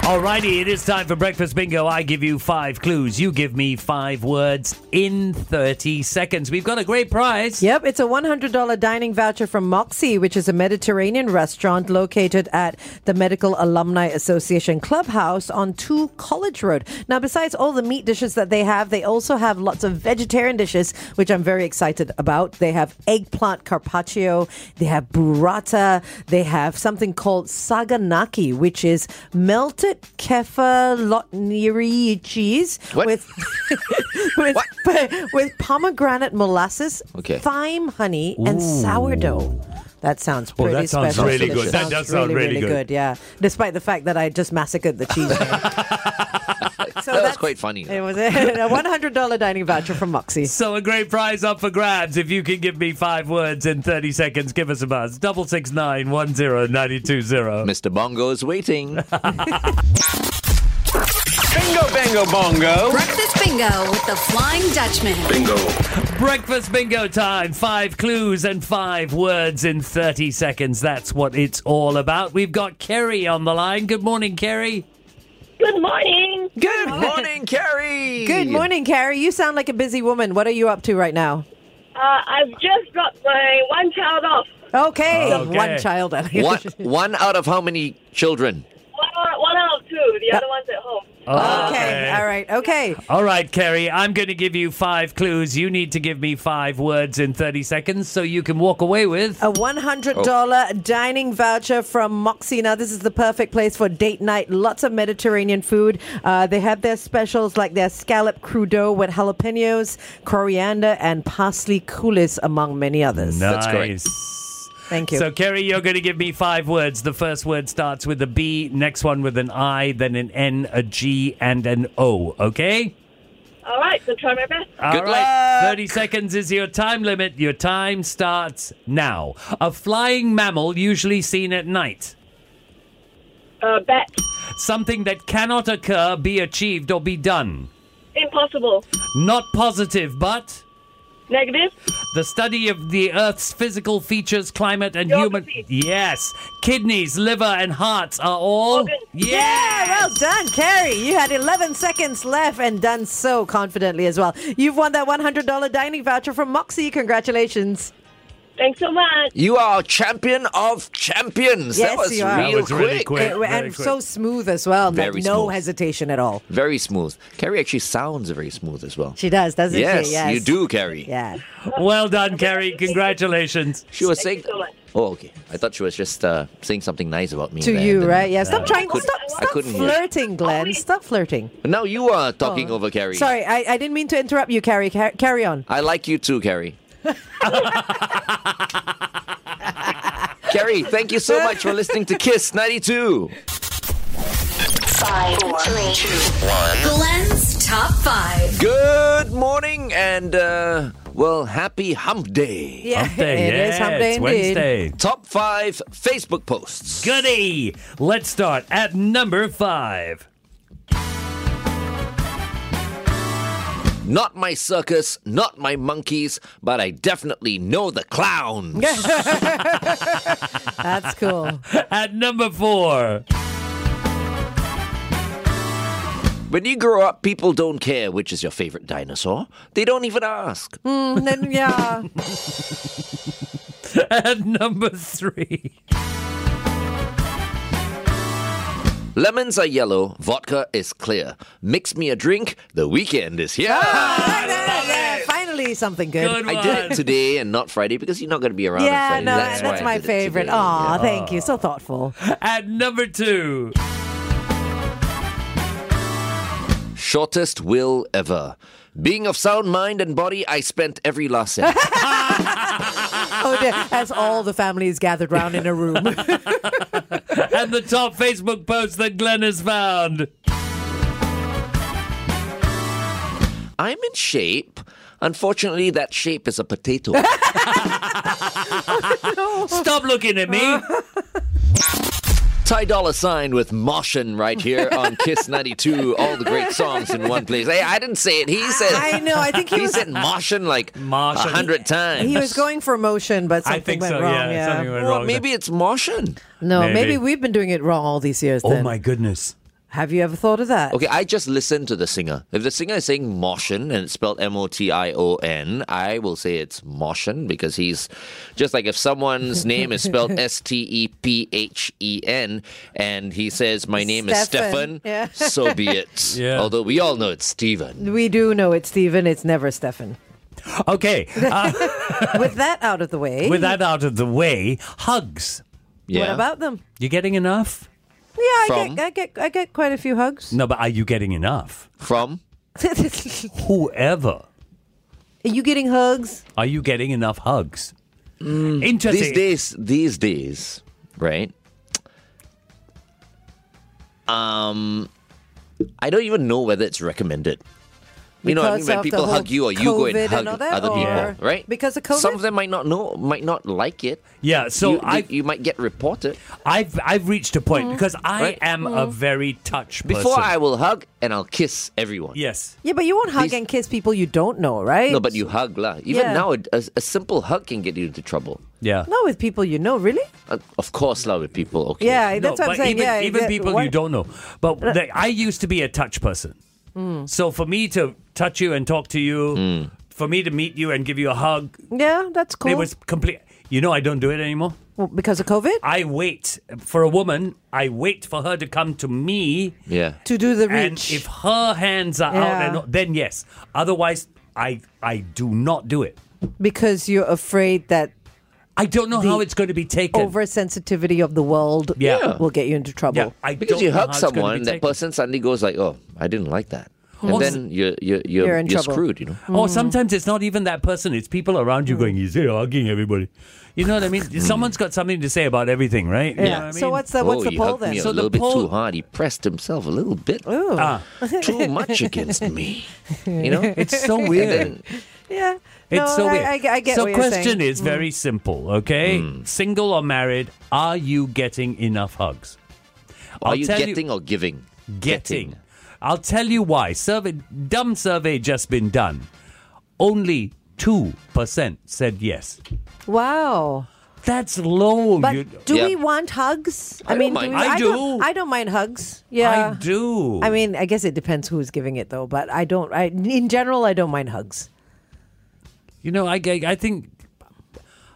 Speaker 5: Alrighty, it is time for breakfast bingo. I give you five clues. You give me five words in 30 seconds. We've got a great prize.
Speaker 6: Yep, it's a $100 dining voucher from Moxie, which is a Mediterranean restaurant located at the Medical Alumni Association Clubhouse on 2 College Road. Now, besides all the meat dishes that they have, they also have lots of vegetarian dishes, which I'm very excited about. They have eggplant carpaccio, they have burrata, they have something called saganaki, which is melted kefir lotniri cheese
Speaker 4: What?
Speaker 6: with (laughs) with, (laughs) with pomegranate molasses,
Speaker 4: Okay.
Speaker 6: thyme honey, and sourdough. That sounds pretty
Speaker 5: that sounds
Speaker 6: special.
Speaker 5: really
Speaker 6: That
Speaker 5: good. That
Speaker 6: sounds
Speaker 5: does sound really good.
Speaker 6: Yeah, despite the fact that I just massacred the
Speaker 5: (laughs)
Speaker 6: cheese. so
Speaker 4: That was
Speaker 6: that's-
Speaker 4: quite funny.
Speaker 6: (laughs) It was a one hundred dollar dining voucher from
Speaker 5: (laughs)
Speaker 6: Moxie.
Speaker 5: So a great prize up for grabs. If you can give me five words in 30 seconds, give us a buzz. Double six nine one zero ninety two zero.
Speaker 4: Mr. Bongo is waiting.
Speaker 2: Bingo, bingo, bongo.
Speaker 1: Breakfast bingo with the Flying Dutchman.
Speaker 2: Bingo.
Speaker 5: Breakfast bingo time. Five clues and five words in 30 seconds. That's what it's all about. We've got Kerry on the line. Good morning, Kerry.
Speaker 7: Good morning.
Speaker 4: Good morning, Carrie!
Speaker 6: Good morning, Carrie. You sound like a busy woman. What are you up to right now?
Speaker 7: Uh, I've just dropped my one child off.
Speaker 6: Okay,
Speaker 5: Okay.
Speaker 6: one child. (laughs)
Speaker 4: One, one out of how many children?
Speaker 7: One, one out of two. The other one's at home.
Speaker 6: Okay, all right. Okay,
Speaker 5: All right, Kerry, I'm going to give you five clues. You need to give me five words in 30 seconds so you can walk away with.
Speaker 6: A $100
Speaker 4: Oh.
Speaker 6: dining voucher from Moxie. Now, this is the perfect place for date night. Lots of Mediterranean food. Uh, they have their specials like their scallop crudo with jalapenos, coriander, and parsley coulis, among many others.
Speaker 5: Nice.
Speaker 4: correct.
Speaker 6: Thank you.
Speaker 5: So, Kerry, you're going to give me five words. The first word starts with a B, next one with an I, then an N, a G, and an O. Okay?
Speaker 7: All right, so try my best.
Speaker 5: All
Speaker 4: Good
Speaker 5: right,
Speaker 4: luck.
Speaker 5: 30 seconds is your time limit. Your time starts now. A flying mammal usually seen at night.
Speaker 7: Uh, bet.
Speaker 5: Something that cannot occur, be achieved, or be done.
Speaker 7: Impossible.
Speaker 5: Not positive, but
Speaker 7: Negative.
Speaker 5: the study of the Earth's physical features, climate, and human.
Speaker 7: Geography.
Speaker 5: Yes. Kidneys, liver, and hearts are all.
Speaker 7: Organs.
Speaker 6: yeah,
Speaker 5: Yes!
Speaker 6: well done, Carrie. You had 11 seconds left and done so confidently as well. You've won that $100 dining voucher from Moxie. Congratulations.
Speaker 7: Thanks so much.
Speaker 4: You are champion of champions. that
Speaker 6: Yes,
Speaker 4: was
Speaker 6: you are.
Speaker 4: real
Speaker 6: That
Speaker 5: was really quick.
Speaker 6: It-
Speaker 5: very
Speaker 6: Eh, and
Speaker 5: quick.
Speaker 6: so smooth as well. Like,
Speaker 4: Very
Speaker 6: no
Speaker 4: smooth.
Speaker 6: hesitation at all.
Speaker 4: Very smooth. Carrie actually sounds very smooth as well.
Speaker 6: She does, doesn't
Speaker 4: yes,
Speaker 6: she? Yes,
Speaker 4: you do, Carrie.
Speaker 6: Yeah.
Speaker 5: Well done, Kerry. Congratulations.
Speaker 4: She was
Speaker 7: Thank
Speaker 4: saying.
Speaker 7: you so much.
Speaker 4: oh, okay. I thought she was just uh, saying something nice about me.
Speaker 6: to
Speaker 4: there,
Speaker 6: you,
Speaker 4: and then,
Speaker 6: right? Yeah. Stop
Speaker 4: uh,
Speaker 6: trying.
Speaker 4: I couldn't-
Speaker 6: stop
Speaker 4: I
Speaker 6: stop
Speaker 4: couldn't hear.
Speaker 6: flirting, Glenn. Stop flirting.
Speaker 4: Now you are talking over Carrie.
Speaker 6: Oh. Sorry, I, I didn't mean to interrupt you, Carrie. Car- carry on.
Speaker 4: I like you too,
Speaker 6: (laughs)
Speaker 4: Carrie. Carrie, thank you so much for listening to Kiss 92.
Speaker 3: Five, three, two.
Speaker 1: Glenn's top five.
Speaker 4: Good morning and, uh, well, happy hump day.
Speaker 6: Yeah, (laughs)
Speaker 5: Hump day,
Speaker 6: it is hump
Speaker 5: yeah,
Speaker 6: day
Speaker 5: it's
Speaker 6: indeed.
Speaker 5: Wednesday. (laughs)
Speaker 4: Top five Facebook posts.
Speaker 5: Goody. Let's start at number five.
Speaker 4: Not my circus, not my monkeys, but I definitely know the clowns.
Speaker 6: That's cool.
Speaker 5: At number four.
Speaker 4: (laughs)
Speaker 5: (laughs)
Speaker 4: When you grow up, people don't care which is your favorite dinosaur. They don't even ask.
Speaker 6: Mm, then,
Speaker 5: (laughs)
Speaker 6: yeah,
Speaker 5: At number three.
Speaker 4: Lemons are yellow, vodka is clear. Mix me a drink, the weekend is here.
Speaker 6: Ah! Yeah, yeah, finally something good.
Speaker 5: Good one.
Speaker 4: I did it today and not Friday because you're not going to be around on
Speaker 6: Yeah,
Speaker 4: Friday.
Speaker 6: no,
Speaker 4: that's, why
Speaker 6: that's,
Speaker 4: I
Speaker 6: my
Speaker 4: did it
Speaker 6: favorite.
Speaker 4: today.
Speaker 6: Aw,
Speaker 4: Yeah.
Speaker 6: thank you. So thoughtful.
Speaker 5: At number two.
Speaker 4: Shortest will ever. Being of sound mind and body, I spent every last
Speaker 6: (laughs)
Speaker 4: cent.
Speaker 6: Oh dear, as all the families gathered round in
Speaker 4: (laughs)
Speaker 6: a room.
Speaker 5: And the top Facebook post that Glenn has found.
Speaker 4: I'm in shape. Unfortunately, that shape is a
Speaker 6: (laughs)
Speaker 4: potato.
Speaker 6: (laughs)
Speaker 5: Stop looking at me.
Speaker 4: Ty Dolla Sign with Moshin right here
Speaker 6: (laughs)
Speaker 4: on Kiss 92. All the great songs in one place. Hey, I didn't say it. He said.
Speaker 6: I know, I think he
Speaker 4: he
Speaker 6: was-
Speaker 4: said Moshin like a
Speaker 5: Moshin.
Speaker 4: hundred times.
Speaker 6: He was going for motion, but
Speaker 5: I
Speaker 6: something
Speaker 5: think
Speaker 6: went
Speaker 5: so.
Speaker 6: wrong.
Speaker 5: yeah,
Speaker 6: Yeah.
Speaker 5: something went
Speaker 4: Well,
Speaker 5: wrong.
Speaker 4: maybe it's Moshin.
Speaker 6: No, maybe.
Speaker 5: Maybe.
Speaker 6: we've been doing it wrong all these years.
Speaker 5: Oh
Speaker 6: then.
Speaker 5: my goodness.
Speaker 6: Have you ever thought of that?
Speaker 4: Okay, I just listen to the singer. If the singer is saying Moshin and it's spelled M O T I O N, I will say it's Moshin because he's just like if
Speaker 6: (laughs)
Speaker 4: someone's name is spelled S T E P H E N and he says, My name is Stefan,
Speaker 6: Stefan. Yeah.
Speaker 4: so be it.
Speaker 5: Yeah.
Speaker 4: Although we all know it's Stephen.
Speaker 6: We do know it's Stephen. It's never Stefan.
Speaker 5: Okay. Uh,
Speaker 6: With that out of the way,
Speaker 5: with that out of the way, hugs.
Speaker 6: what
Speaker 4: Yeah.
Speaker 6: about them?
Speaker 5: You getting enough?
Speaker 6: Yeah, I
Speaker 4: From?
Speaker 6: get, I get, I get quite a few hugs. (laughs)
Speaker 5: No, but are you getting enough?
Speaker 4: From?
Speaker 6: Are
Speaker 5: Whoever.
Speaker 6: you getting hugs?
Speaker 5: Are you getting enough hugs? Interesting.
Speaker 4: These days, these days, right? Um, I don't even know whether it's recommended. You know, what I mean,
Speaker 6: Because
Speaker 4: when
Speaker 6: of the
Speaker 4: people
Speaker 6: whole
Speaker 4: hug you or you go and
Speaker 6: COVID and
Speaker 4: hug
Speaker 6: all that,
Speaker 4: other
Speaker 6: or-
Speaker 4: people, right?
Speaker 6: Because of
Speaker 4: some
Speaker 6: COVID?
Speaker 4: of them might not know, might not like it.
Speaker 5: Yeah, so
Speaker 4: you,
Speaker 5: I've-
Speaker 4: you, you might get reported.
Speaker 5: I've I've reached a point because I
Speaker 4: Right.
Speaker 5: am a very touch person.
Speaker 4: Before I will hug and I'll kiss everyone.
Speaker 5: Yes.
Speaker 6: Yeah, but you won't hug
Speaker 4: These-
Speaker 6: and kiss people you don't know, right?
Speaker 4: No, but you hug lah. Even
Speaker 6: Yeah.
Speaker 4: now, a, a, a simple hug can get you into trouble.
Speaker 5: Yeah.
Speaker 6: Not with people you know, really?
Speaker 4: Uh, of course, lah, with people. Okay.
Speaker 6: Yeah,
Speaker 5: No,
Speaker 6: that's what I'm
Speaker 5: but
Speaker 6: saying.
Speaker 5: Even,
Speaker 6: yeah,
Speaker 5: even
Speaker 6: that-
Speaker 5: people
Speaker 6: why-
Speaker 5: you don't know. But like, I used to be a touch person. So for me to touch you and talk to you, for me to meet you and give you a hug,
Speaker 6: Yeah, that's cool.
Speaker 5: it was complete. You know, I don't do it anymore.
Speaker 6: Well, because of COVID
Speaker 5: I wait for a woman. I wait for her to come to me.
Speaker 4: Yeah.
Speaker 6: to do the
Speaker 5: And
Speaker 6: reach.
Speaker 5: if her hands are out,
Speaker 6: Yeah.
Speaker 5: and not, then yes. Otherwise, I I do not do it.
Speaker 6: because you're afraid that
Speaker 5: I don't know
Speaker 6: The
Speaker 5: how it's going to be taken.
Speaker 6: oversensitivity of the world
Speaker 5: Yeah.
Speaker 6: will get you into trouble.
Speaker 5: yeah, I
Speaker 4: Because
Speaker 5: don't
Speaker 4: you
Speaker 5: know
Speaker 4: hug
Speaker 5: how it's gonna be
Speaker 4: someone, that
Speaker 5: taken.
Speaker 4: person suddenly goes like, "Oh, I didn't like that," and
Speaker 5: Well,
Speaker 4: then you're you're you're,
Speaker 6: You're
Speaker 4: you're,
Speaker 6: in trouble.
Speaker 4: screwed. You know,
Speaker 5: Or
Speaker 6: Hmm.
Speaker 5: sometimes it's not even that person; it's people around you going, "He's here hugging everybody." You know what I mean? Someone's got something to say about everything, right? You know what I
Speaker 6: So
Speaker 5: mean?
Speaker 6: what's the what's
Speaker 4: oh,
Speaker 6: the
Speaker 4: he
Speaker 6: poll
Speaker 4: hugged
Speaker 6: then?
Speaker 4: me a
Speaker 5: So the
Speaker 4: little bit
Speaker 5: poll-
Speaker 4: too hard. He pressed himself a little bit
Speaker 6: (laughs)
Speaker 5: Ah,
Speaker 4: too much against me. You know,
Speaker 5: it's so
Speaker 6: (laughs)
Speaker 5: weird.
Speaker 4: then-
Speaker 6: yeah,
Speaker 5: it's so
Speaker 6: no, I,
Speaker 5: weird.
Speaker 6: I, I get
Speaker 5: so
Speaker 6: what you're
Speaker 5: question
Speaker 6: saying. Hmm.
Speaker 5: is very simple, okay? Single or married, are you getting enough hugs? I'll
Speaker 4: are you
Speaker 5: tell
Speaker 4: getting or giving?
Speaker 5: getting. I'll tell you why. Survey, dumb survey just been done. Only two percent said yes.
Speaker 6: Wow.
Speaker 5: That's low.
Speaker 6: But
Speaker 5: you-
Speaker 6: do
Speaker 4: Yeah.
Speaker 6: we want hugs?
Speaker 4: I don't
Speaker 6: mean,
Speaker 4: mind.
Speaker 6: Do we,
Speaker 5: I
Speaker 6: don't-
Speaker 5: do.
Speaker 6: I don't mind hugs. Yeah.
Speaker 5: I do.
Speaker 6: I mean, I guess it depends who's giving it though, but I don't I in general I don't mind hugs.
Speaker 5: you know, I, I, I think.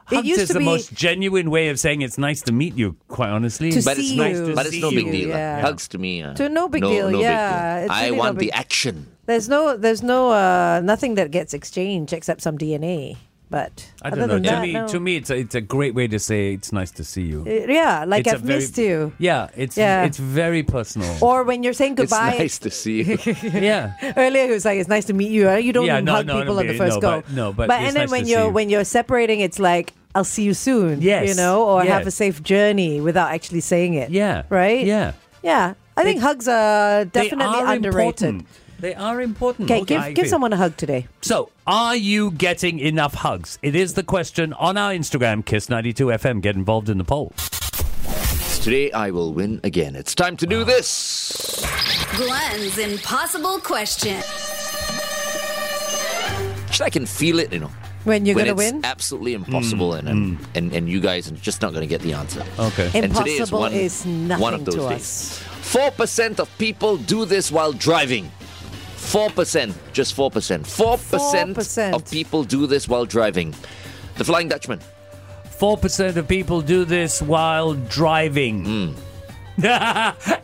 Speaker 5: Hugs
Speaker 6: used
Speaker 5: is
Speaker 6: to
Speaker 5: the
Speaker 6: be-
Speaker 5: most genuine way it's saying it's nice to meet you, quite honestly.
Speaker 6: To
Speaker 4: But it's
Speaker 6: see
Speaker 4: no,
Speaker 6: you.
Speaker 4: but it's no
Speaker 5: see
Speaker 4: big
Speaker 5: you,
Speaker 4: deal. lah.
Speaker 6: yeah.
Speaker 4: Hugs to me. Uh,
Speaker 6: To no big deal,
Speaker 4: No
Speaker 6: yeah,
Speaker 4: big
Speaker 6: it's
Speaker 4: deal. I
Speaker 6: really no
Speaker 4: want
Speaker 6: big-
Speaker 4: the action.
Speaker 6: There's no there's no uh nothing that gets exchanged except some DNA. But
Speaker 5: I
Speaker 6: other
Speaker 5: don't know.
Speaker 6: than
Speaker 5: To
Speaker 6: that,
Speaker 5: me,
Speaker 6: no.
Speaker 5: to me, it's a, it's a great way to say it's nice to see you.
Speaker 6: yeah, like
Speaker 5: It's a
Speaker 6: I've
Speaker 5: very-
Speaker 6: missed you.
Speaker 5: Yeah, it's
Speaker 6: Yeah.
Speaker 5: it's very personal.
Speaker 6: Or when you're saying
Speaker 4: It's
Speaker 6: goodbye,
Speaker 4: nice to see
Speaker 6: (laughs)
Speaker 4: you.
Speaker 5: (laughs) yeah.
Speaker 6: Earlier, he was like, "It's nice to meet you." Uh, You don't
Speaker 5: Yeah, no,
Speaker 6: hug
Speaker 5: no,
Speaker 6: people
Speaker 5: no,
Speaker 6: on the
Speaker 5: no,
Speaker 6: first go.
Speaker 5: but- no, but it's
Speaker 6: and then
Speaker 5: nice
Speaker 6: when
Speaker 5: to see
Speaker 6: you're
Speaker 5: you.
Speaker 6: when you're separating, it's like, "I'll see you soon."
Speaker 5: Yes,
Speaker 6: you know, or have a
Speaker 5: yes.
Speaker 6: safe journey without actually saying it.
Speaker 5: Yeah.
Speaker 6: right.
Speaker 5: Yeah.
Speaker 6: yeah. I think hugs are
Speaker 5: They
Speaker 6: definitely
Speaker 5: are
Speaker 6: underrated.
Speaker 5: important. They are important.
Speaker 6: Okay,
Speaker 5: I
Speaker 6: give give
Speaker 5: feel.
Speaker 6: someone a hug today.
Speaker 5: So, are you getting enough hugs? It is the question on our Instagram, Kiss92FM. Get involved in the poll.
Speaker 4: Today I will win again. It's time to do this.
Speaker 1: Glenn's Impossible Question.
Speaker 4: Actually, I can feel it. You know.
Speaker 6: When you're
Speaker 4: when
Speaker 6: gonna
Speaker 4: it's
Speaker 6: win,
Speaker 4: absolutely impossible, and, and and and you guys are just not going to get the answer.
Speaker 5: Okay.
Speaker 4: And today is
Speaker 6: Impossible
Speaker 4: one,
Speaker 6: is nothing
Speaker 4: one of those
Speaker 6: to
Speaker 4: days. Four percent of people do this while driving. Four percent, just four percent. Four percent
Speaker 6: 4%.
Speaker 4: of people do this while driving. The Flying Dutchman.
Speaker 5: 4% of people do this while driving. Hmm. (laughs)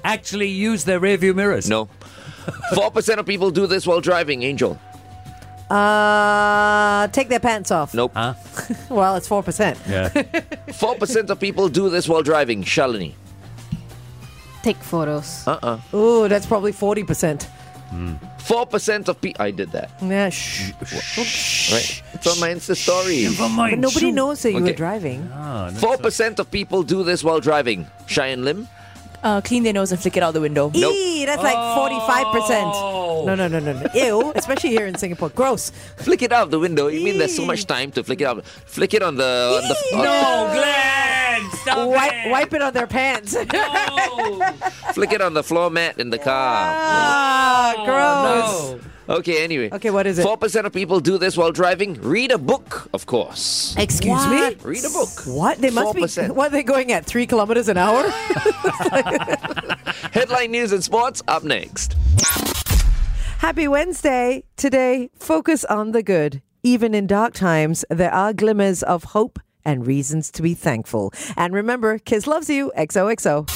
Speaker 5: Actually, use their rearview mirrors. (laughs)
Speaker 4: No. (laughs) Four percent of people do this while driving. Angel.
Speaker 6: uh, take their pants off.
Speaker 4: Nope.
Speaker 5: Huh?
Speaker 6: Well, it's four percent.
Speaker 5: Yeah.
Speaker 4: Four percent of people do this while driving. Shalini.
Speaker 8: Take photos.
Speaker 6: Ooh, that's probably forty percent.
Speaker 4: Four percent of people. I did that.
Speaker 6: Yeah, shh.
Speaker 4: Right. It's on my Insta story.
Speaker 5: Never mind.
Speaker 6: But nobody
Speaker 5: Shoot.
Speaker 6: knows that you were
Speaker 4: Okay.
Speaker 6: driving.
Speaker 4: Four percent of people do this while driving. Cheyenne Lim.
Speaker 9: Uh, clean their nose and flick it out the window.
Speaker 4: Nope.
Speaker 6: Eee, that's like forty-five percent.
Speaker 5: Oh.
Speaker 6: No, no, no, no, no. (laughs) Ew, especially here in Singapore. Gross.
Speaker 4: Flick it out the window. You mean there's so much time to flick it out? Flick it on the. On the
Speaker 5: No, Oh, Glenn! Stop
Speaker 6: wipe,
Speaker 5: it.
Speaker 6: wipe it on their pants. (laughs)
Speaker 4: (laughs) Flick it on the floor mat in the car.
Speaker 6: ah, gross.
Speaker 5: No.
Speaker 4: Okay, anyway.
Speaker 6: Okay, what is it?
Speaker 4: 4% of people do this while driving. Read a book, of course.
Speaker 6: Excuse
Speaker 4: What?
Speaker 6: me?
Speaker 4: Read a book.
Speaker 6: What? They must
Speaker 4: 4%.
Speaker 6: be. What are they going at? Three kilometers an hour?
Speaker 4: Headline news and sports up next.
Speaker 6: Happy Wednesday. Today, focus on the good. Even in dark times, there are glimmers of hope and reasons to be thankful. And remember, Kiss loves you. XOXO.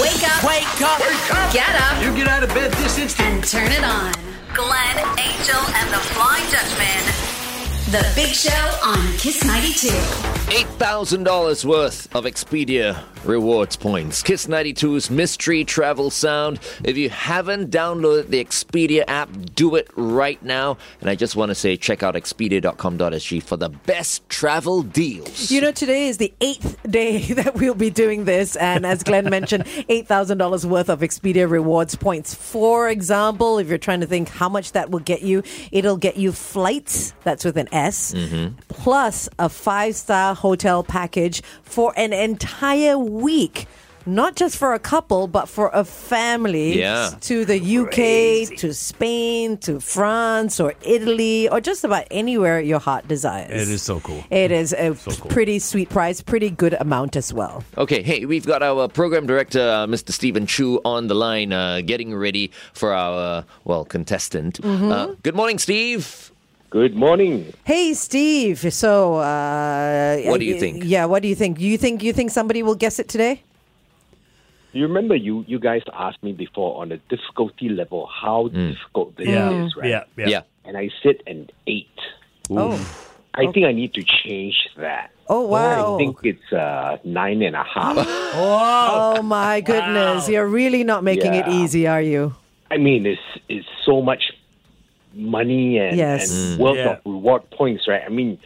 Speaker 1: Wake up. Wake up. Get up
Speaker 2: You get out of bed this instant.
Speaker 1: and turn it on.
Speaker 3: Glenn, Angel, and the Flying Dutchman.
Speaker 1: The Big Show on Kiss 92.
Speaker 4: $8,000 worth of Expedia rewards points. Kiss 92's mystery travel sound. If you haven't downloaded the Expedia app, do it right now. And I just want to say check out expedia.com.sg for the best travel deals.
Speaker 6: You know, today is the eighth day (laughs) that we'll be doing this. And as Glenn mentioned, $8,000 worth of Expedia rewards points. For example, if you're trying to think how much that will get you, it'll get you flights, that's with an S, plus a five star hotel package for an entire week. Not just for a couple, but for a family
Speaker 4: Yeah.
Speaker 6: to the UK, to Spain, to France, or Italy, or just about anywhere your heart desires.
Speaker 5: It is so cool.
Speaker 6: It is a
Speaker 5: cool.
Speaker 6: pretty sweet price, pretty good amount as well.
Speaker 4: Okay, hey, we've got our program director, uh, Mr. Stephen Chu, on the line, uh, getting ready for our, uh, well, contestant. Uh,
Speaker 6: Mm-hmm.
Speaker 4: good morning, Steve.
Speaker 10: Good morning.
Speaker 6: Hey, Steve. So, uh,
Speaker 4: What do you
Speaker 6: uh,
Speaker 4: think?
Speaker 6: Yeah, what do you think? You think you think somebody will guess it today?
Speaker 10: You remember you you guys asked me before on the difficulty level how
Speaker 6: Mm.
Speaker 10: difficult
Speaker 6: (laughs)
Speaker 10: this
Speaker 5: Yeah.
Speaker 10: is,
Speaker 6: Hmm.
Speaker 10: right?
Speaker 5: yeah, yeah,
Speaker 4: Yeah.
Speaker 10: And I said an eight.
Speaker 6: Oh,
Speaker 10: I think I need to change that.
Speaker 6: oh wow!
Speaker 10: I think it's uh, nine and a half.
Speaker 6: (gasps) oh my goodness! You're really not making it
Speaker 10: Yeah.
Speaker 6: easy, are you?
Speaker 10: I mean, it's it's so much money and,
Speaker 6: Yes. Mm.
Speaker 10: and worth
Speaker 5: Yeah.
Speaker 10: of reward points, right? I mean,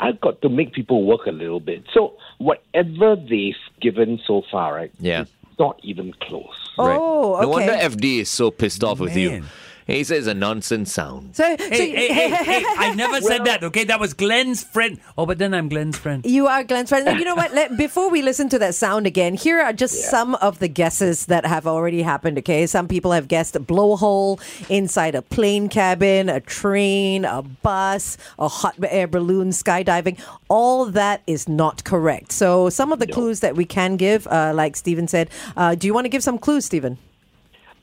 Speaker 10: I've got to make people work a little bit. So whatever they've given so far, right?
Speaker 4: Yeah.
Speaker 10: It's not even close.
Speaker 4: Right.
Speaker 6: Oh, okay.
Speaker 4: No wonder FD is so pissed off with you.
Speaker 5: Man.
Speaker 4: He says a nonsense sound.
Speaker 6: so, so
Speaker 5: Hey, hey, hey, hey,
Speaker 6: (laughs)
Speaker 5: I never said that, okay? That was Glenn's friend. Oh, but then I'm Glenn's friend.
Speaker 6: You are Glenn's friend. And you know what? Let, before we listen to that sound again, here are just some of the guesses that have already happened, okay? Some people have guessed a blowhole inside a plane cabin, a train, a bus, a hot air balloon, skydiving. All that is not correct. So, some of the clues that we can give, uh, like Stephen said, uh, do you want to give some clues, Stephen?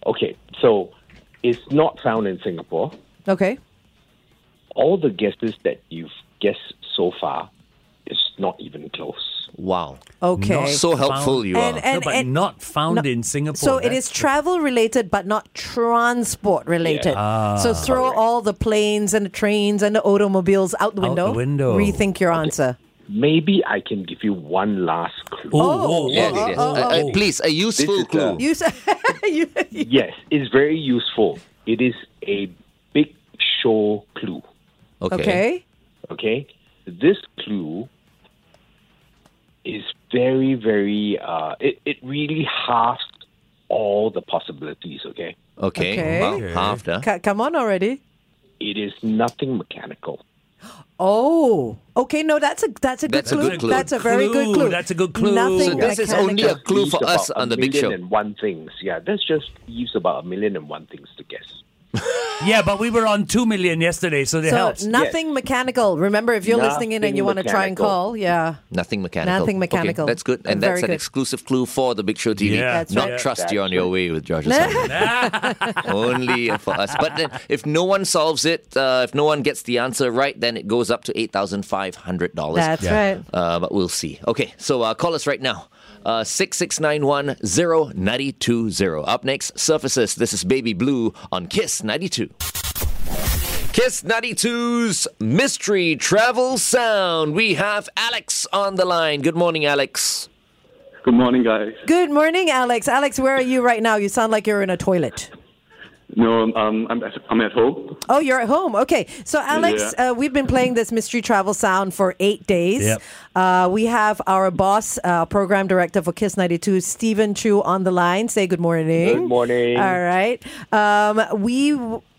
Speaker 10: Okay, so it's not found in Singapore.
Speaker 6: Okay.
Speaker 10: All the guesses that you've guessed so far is not even close.
Speaker 4: Wow.
Speaker 6: Okay.
Speaker 5: Not
Speaker 4: So helpful you
Speaker 6: And-
Speaker 4: are.
Speaker 5: no, but
Speaker 6: and-
Speaker 5: not found
Speaker 6: No.
Speaker 5: in Singapore.
Speaker 6: So it
Speaker 5: That's-
Speaker 6: is travel related, but not transport related.
Speaker 5: Ah.
Speaker 6: so throw all the planes and the trains and the automobiles out the
Speaker 5: Out
Speaker 6: window.
Speaker 5: the window.
Speaker 6: Rethink your answer.
Speaker 10: Maybe I can give you one last clue.
Speaker 5: Oh, oh,
Speaker 4: Yes,
Speaker 5: oh,
Speaker 4: yes.
Speaker 5: oh,
Speaker 4: Uh, uh,
Speaker 5: oh.
Speaker 4: please, a useful
Speaker 10: is, uh,
Speaker 4: clue.
Speaker 6: You, s- (laughs) you,
Speaker 10: (laughs) Yes, it's very useful. It is a big show clue.
Speaker 4: okay.
Speaker 6: okay.
Speaker 10: Okay, this clue is very, very. Uh, it it really halves all the possibilities. Okay,
Speaker 4: Okay.
Speaker 6: Okay.
Speaker 4: Well, after.
Speaker 6: C- come on already.
Speaker 10: it is nothing mechanical.
Speaker 6: Oh, okay. No, that's a that's a good
Speaker 4: That's a
Speaker 6: clue.
Speaker 4: good clue.
Speaker 6: That's a very good
Speaker 5: Clue,
Speaker 6: clue.
Speaker 5: that's a good clue.
Speaker 4: So
Speaker 6: Nothing.
Speaker 4: this is only a
Speaker 6: mechanical.
Speaker 4: clue
Speaker 10: leaves
Speaker 4: for us
Speaker 10: about
Speaker 4: on
Speaker 10: a
Speaker 4: the big show.
Speaker 10: million and one things. Yeah, this just leaves about a million and one things to guess.
Speaker 5: Yeah, but we were on 2 million yesterday, so that
Speaker 6: So
Speaker 5: helps.
Speaker 6: nothing mechanical. Remember, if you're listening in and
Speaker 10: Nothing
Speaker 6: you want to try and
Speaker 10: mechanical.
Speaker 6: call, yeah.
Speaker 4: Nothing mechanical.
Speaker 6: Nothing
Speaker 4: Okay,
Speaker 6: mechanical.
Speaker 4: that's good. And
Speaker 6: Very
Speaker 4: that's an
Speaker 6: good.
Speaker 4: exclusive clue for the Big Show TV.
Speaker 5: Yeah. That's
Speaker 4: Not
Speaker 5: right.
Speaker 4: trust
Speaker 10: That's
Speaker 4: you on your
Speaker 10: right.
Speaker 4: way with
Speaker 6: (laughs)
Speaker 4: George Simon. Only for us. But then, if no one solves it, uh, if no one gets the answer right, then it goes up to $8,500.
Speaker 6: That's
Speaker 5: Yeah.
Speaker 6: right.
Speaker 4: Uh, but we'll see. Okay, so uh, call us right now. Uh, 6691-0920. Up next, Surfaces. This is Baby Blue on Kiss 92. Kiss 92's Mystery Travel Sound. We have Alex on the line. Good morning,
Speaker 6: (laughs)
Speaker 4: Alex.
Speaker 11: Good morning, guys.
Speaker 6: Good morning, Alex. Alex, where are you right now? You sound like you're in a toilet.
Speaker 11: No, um, I'm at, I'm at home.
Speaker 6: Oh, you're at home. Okay. So, Alex,
Speaker 11: Yeah.
Speaker 6: uh, we've been playing this mystery travel sound for eight days.
Speaker 5: Yep.
Speaker 6: Uh, we have our boss, uh, program director for Kiss 92, Stephen Chu, on the line. Say good morning.
Speaker 10: Good morning.
Speaker 6: All right. Um, we.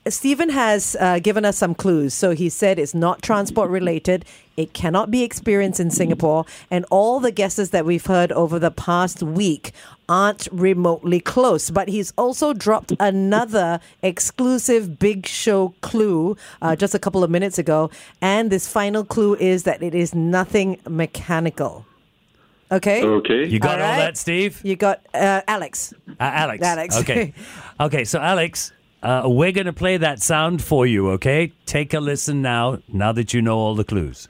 Speaker 6: Stephen has uh, given us some clues. So he said it's not transport related. It cannot be experienced in Singapore. And all the guesses that we've heard over the past week aren't remotely close. But he's also dropped another exclusive Big Show clue uh, just a couple of minutes ago. And this final clue is that it is nothing mechanical. Okay.
Speaker 11: Okay.
Speaker 5: You got all,
Speaker 6: right.
Speaker 5: that, Steve?
Speaker 6: You got uh, Alex.
Speaker 5: Uh, Alex.
Speaker 6: Alex.
Speaker 5: Okay. Okay. So, Alex, uh, we're going to play that sound for you, okay? Take a listen now, now that you know all the clues.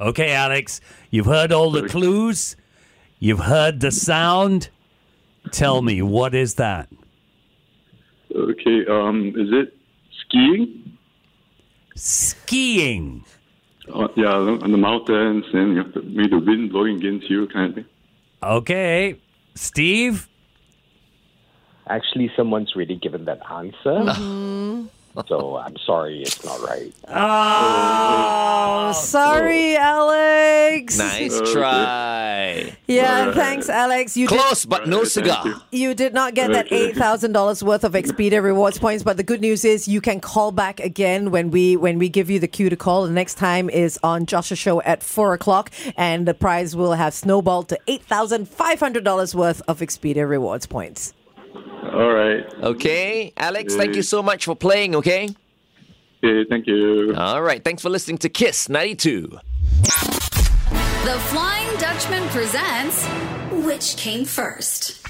Speaker 5: Okay, Alex, you've heard all the clues, you've heard the sound. Tell me, what is that?
Speaker 11: Okay. Um, is it skiing?
Speaker 5: Skiing.
Speaker 11: Uh, yeah, on the mountains, and you have to, maybe the wind blowing against you, kind of thing.
Speaker 5: Okay. Steve?
Speaker 10: Actually, someone's really given that answer. So I'm sorry, it's not right.
Speaker 6: Oh, sorry, Alex.
Speaker 4: Nice try.
Speaker 6: Yeah, thanks, Alex. You
Speaker 4: Close,
Speaker 6: did,
Speaker 4: but no cigar.
Speaker 6: you did not get that eight thousand dollars worth of Expedia rewards points, but the good news is you can call back again when we when we give you the cue to call. The next time is on Josh's show at four o'clock, and the prize will have snowballed to eight thousand five hundred dollars worth of Expedia rewards points.
Speaker 11: All right.
Speaker 4: Okay, Alex, thank you so much for playing, okay?
Speaker 11: Okay, thank you.
Speaker 4: All right, thanks for listening to Kiss 92.
Speaker 1: The Flying Dutchman presents Which Came First?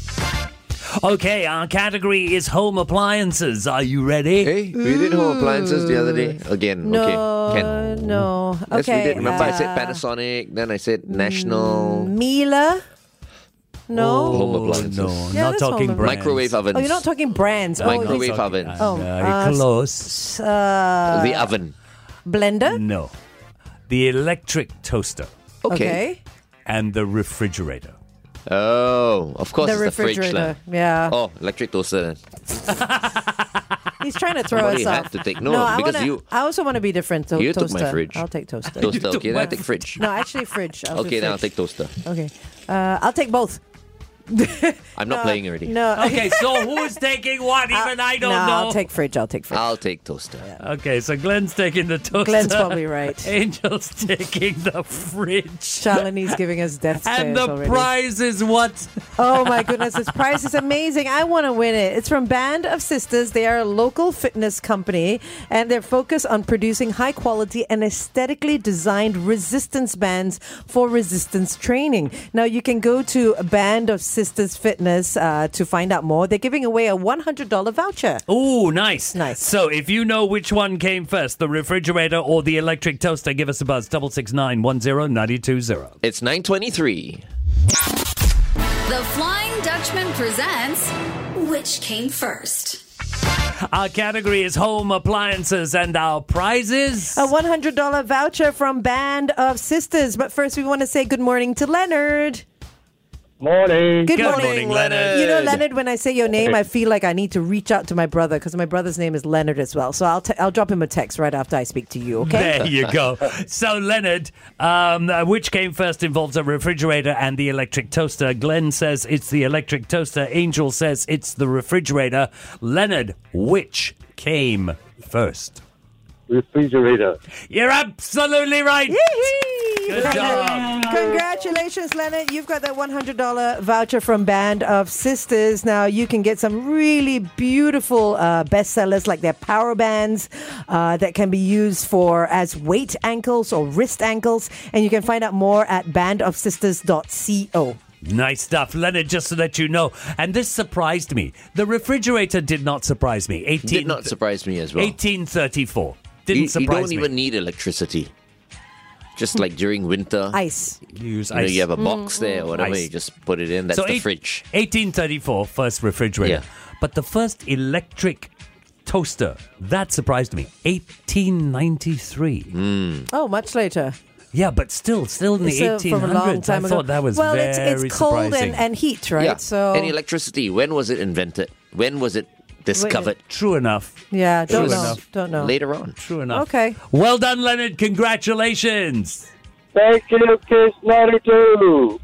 Speaker 5: Okay, our category is home appliances. Are you ready?
Speaker 4: Hey, we did home appliances the other day. Again,
Speaker 6: No,
Speaker 4: okay. Can.
Speaker 6: no.
Speaker 4: Yes, we
Speaker 6: Okay,
Speaker 4: did. Remember, I
Speaker 6: uh,
Speaker 4: said Panasonic, then I said National
Speaker 6: Miele? No.
Speaker 4: Home Appliances.
Speaker 5: Oh, No,
Speaker 6: Yeah,
Speaker 5: not
Speaker 6: that's all
Speaker 5: talking
Speaker 6: right.
Speaker 5: brands.
Speaker 4: Microwave ovens.
Speaker 6: Oh, you're not talking brands. Oh,
Speaker 4: Microwave
Speaker 6: this-
Speaker 4: ovens.
Speaker 6: Oh,
Speaker 5: Uh,
Speaker 6: uh,
Speaker 5: close.
Speaker 6: s- uh,
Speaker 4: the oven.
Speaker 6: blender.
Speaker 5: No. The electric toaster
Speaker 4: Okay.
Speaker 6: Okay.
Speaker 5: and the refrigerator.
Speaker 4: Oh, of course
Speaker 6: The
Speaker 4: it's the fridge. lah.
Speaker 6: refrigerator. Yeah.
Speaker 4: Oh, electric toaster.
Speaker 6: He's trying to
Speaker 4: (laughs)
Speaker 6: throw
Speaker 4: Somebody
Speaker 6: us
Speaker 4: had
Speaker 6: off.
Speaker 4: to take- no,
Speaker 6: I
Speaker 4: because
Speaker 6: (laughs) wanna-
Speaker 4: you-
Speaker 6: I also want to be different. So
Speaker 4: You took
Speaker 6: toaster.
Speaker 4: my fridge.
Speaker 6: I'll take toaster.
Speaker 4: Toaster, okay, then I
Speaker 5: what?
Speaker 4: take fridge.
Speaker 6: no, actually, fridge. I'll do
Speaker 4: Okay, then I'll
Speaker 6: fridge.
Speaker 4: take toaster.
Speaker 6: Okay. Uh, I'll take both.
Speaker 4: I'm not playing already.
Speaker 6: No.
Speaker 5: Okay, so who's taking what? Even I Oh, don't
Speaker 6: (laughs) no,
Speaker 5: know.
Speaker 6: Uh, I'll take fridge.
Speaker 5: (laughs)
Speaker 6: I'll take fridge.
Speaker 4: I'll take toaster.
Speaker 5: Okay, so Glenn's taking the toaster.
Speaker 6: Glenn's probably
Speaker 5: (laughs)
Speaker 6: right.
Speaker 5: Angel's taking the fridge.
Speaker 6: Shalini's giving us death stares
Speaker 5: And the
Speaker 6: already.
Speaker 5: prize is what?
Speaker 6: Oh my goodness, this prize is amazing. I want to win it. It's from Band of Sisters. They are a local fitness company and they're focused on producing high quality and aesthetically designed resistance bands for resistance training. Now you can go to Band of Sisters Fitness uh, to find out more. They're giving away a $100 voucher.
Speaker 5: Ooh, nice.
Speaker 6: Nice.
Speaker 5: So if you know which one came first, the refrigerator or the electric toaster, give us a buzz. 669 10
Speaker 4: It's 923.
Speaker 1: The Flying Dutchman presents Which Came First?
Speaker 5: Our category is home appliances and our prizes.
Speaker 6: A $100 voucher from Band of Sisters. But first, we want to say good morning to Leonard.
Speaker 10: Morning.
Speaker 6: Good,
Speaker 5: Good
Speaker 6: morning.
Speaker 5: morning, Leonard.
Speaker 6: You know, Leonard, when I say your name, I feel like I need to reach out to my brother because my brother's name is Leonard as well. So I'll, t- I'll drop him a text right after I speak to you, okay?
Speaker 5: There you go. So, Leonard, um, uh, which came first involves a refrigerator and the electric toaster. Glenn says it's the electric toaster. Angel says it's the refrigerator. Leonard, which came first?
Speaker 10: Refrigerator.
Speaker 5: You're absolutely right.
Speaker 6: Yee-hee!
Speaker 5: Good
Speaker 6: Leonard.
Speaker 5: job.
Speaker 6: Congratulations, Leonard. You've got that $100 voucher from Band of Sisters. Now, you can get some really beautiful uh, bestsellers like their power bands uh, that can be used for as weight ankles or wrist ankles. And you can find out more at bandofsisters.co.
Speaker 5: Nice stuff, Leonard. Just to let you know, and this surprised me. The refrigerator did not surprise me. 18,
Speaker 4: Did not surprise me as well.
Speaker 5: 1834 didn't
Speaker 4: You, you
Speaker 5: surprise
Speaker 4: don't
Speaker 5: me.
Speaker 4: even need electricity. Just like during winter,
Speaker 6: Ice.
Speaker 5: You use
Speaker 4: you, know,
Speaker 5: ice.
Speaker 4: you have a box there or whatever,
Speaker 5: Ice.
Speaker 4: you just put it in. That's the
Speaker 5: eight-
Speaker 4: fridge.
Speaker 5: 1834, first refrigerator.
Speaker 4: Yeah.
Speaker 5: But the first electric toaster, that surprised me. 1893.
Speaker 4: Mm.
Speaker 6: Oh, much later. uh,
Speaker 5: Yeah, but still, still in the
Speaker 6: So,
Speaker 5: 1800s. I thought that was
Speaker 6: well,
Speaker 5: very
Speaker 6: it's, it's cold
Speaker 5: surprising.
Speaker 6: and, and heat, right?
Speaker 4: Yeah.
Speaker 6: So
Speaker 4: And electricity, when was it invented? When was it discovered.
Speaker 5: True enough.
Speaker 6: Yeah,
Speaker 4: True
Speaker 6: don't know.
Speaker 4: enough.
Speaker 6: Don't know.
Speaker 4: Later on.
Speaker 5: True enough.
Speaker 6: Okay.
Speaker 5: Well done, Leonard. Congratulations.
Speaker 12: Thank you, Kiss 92.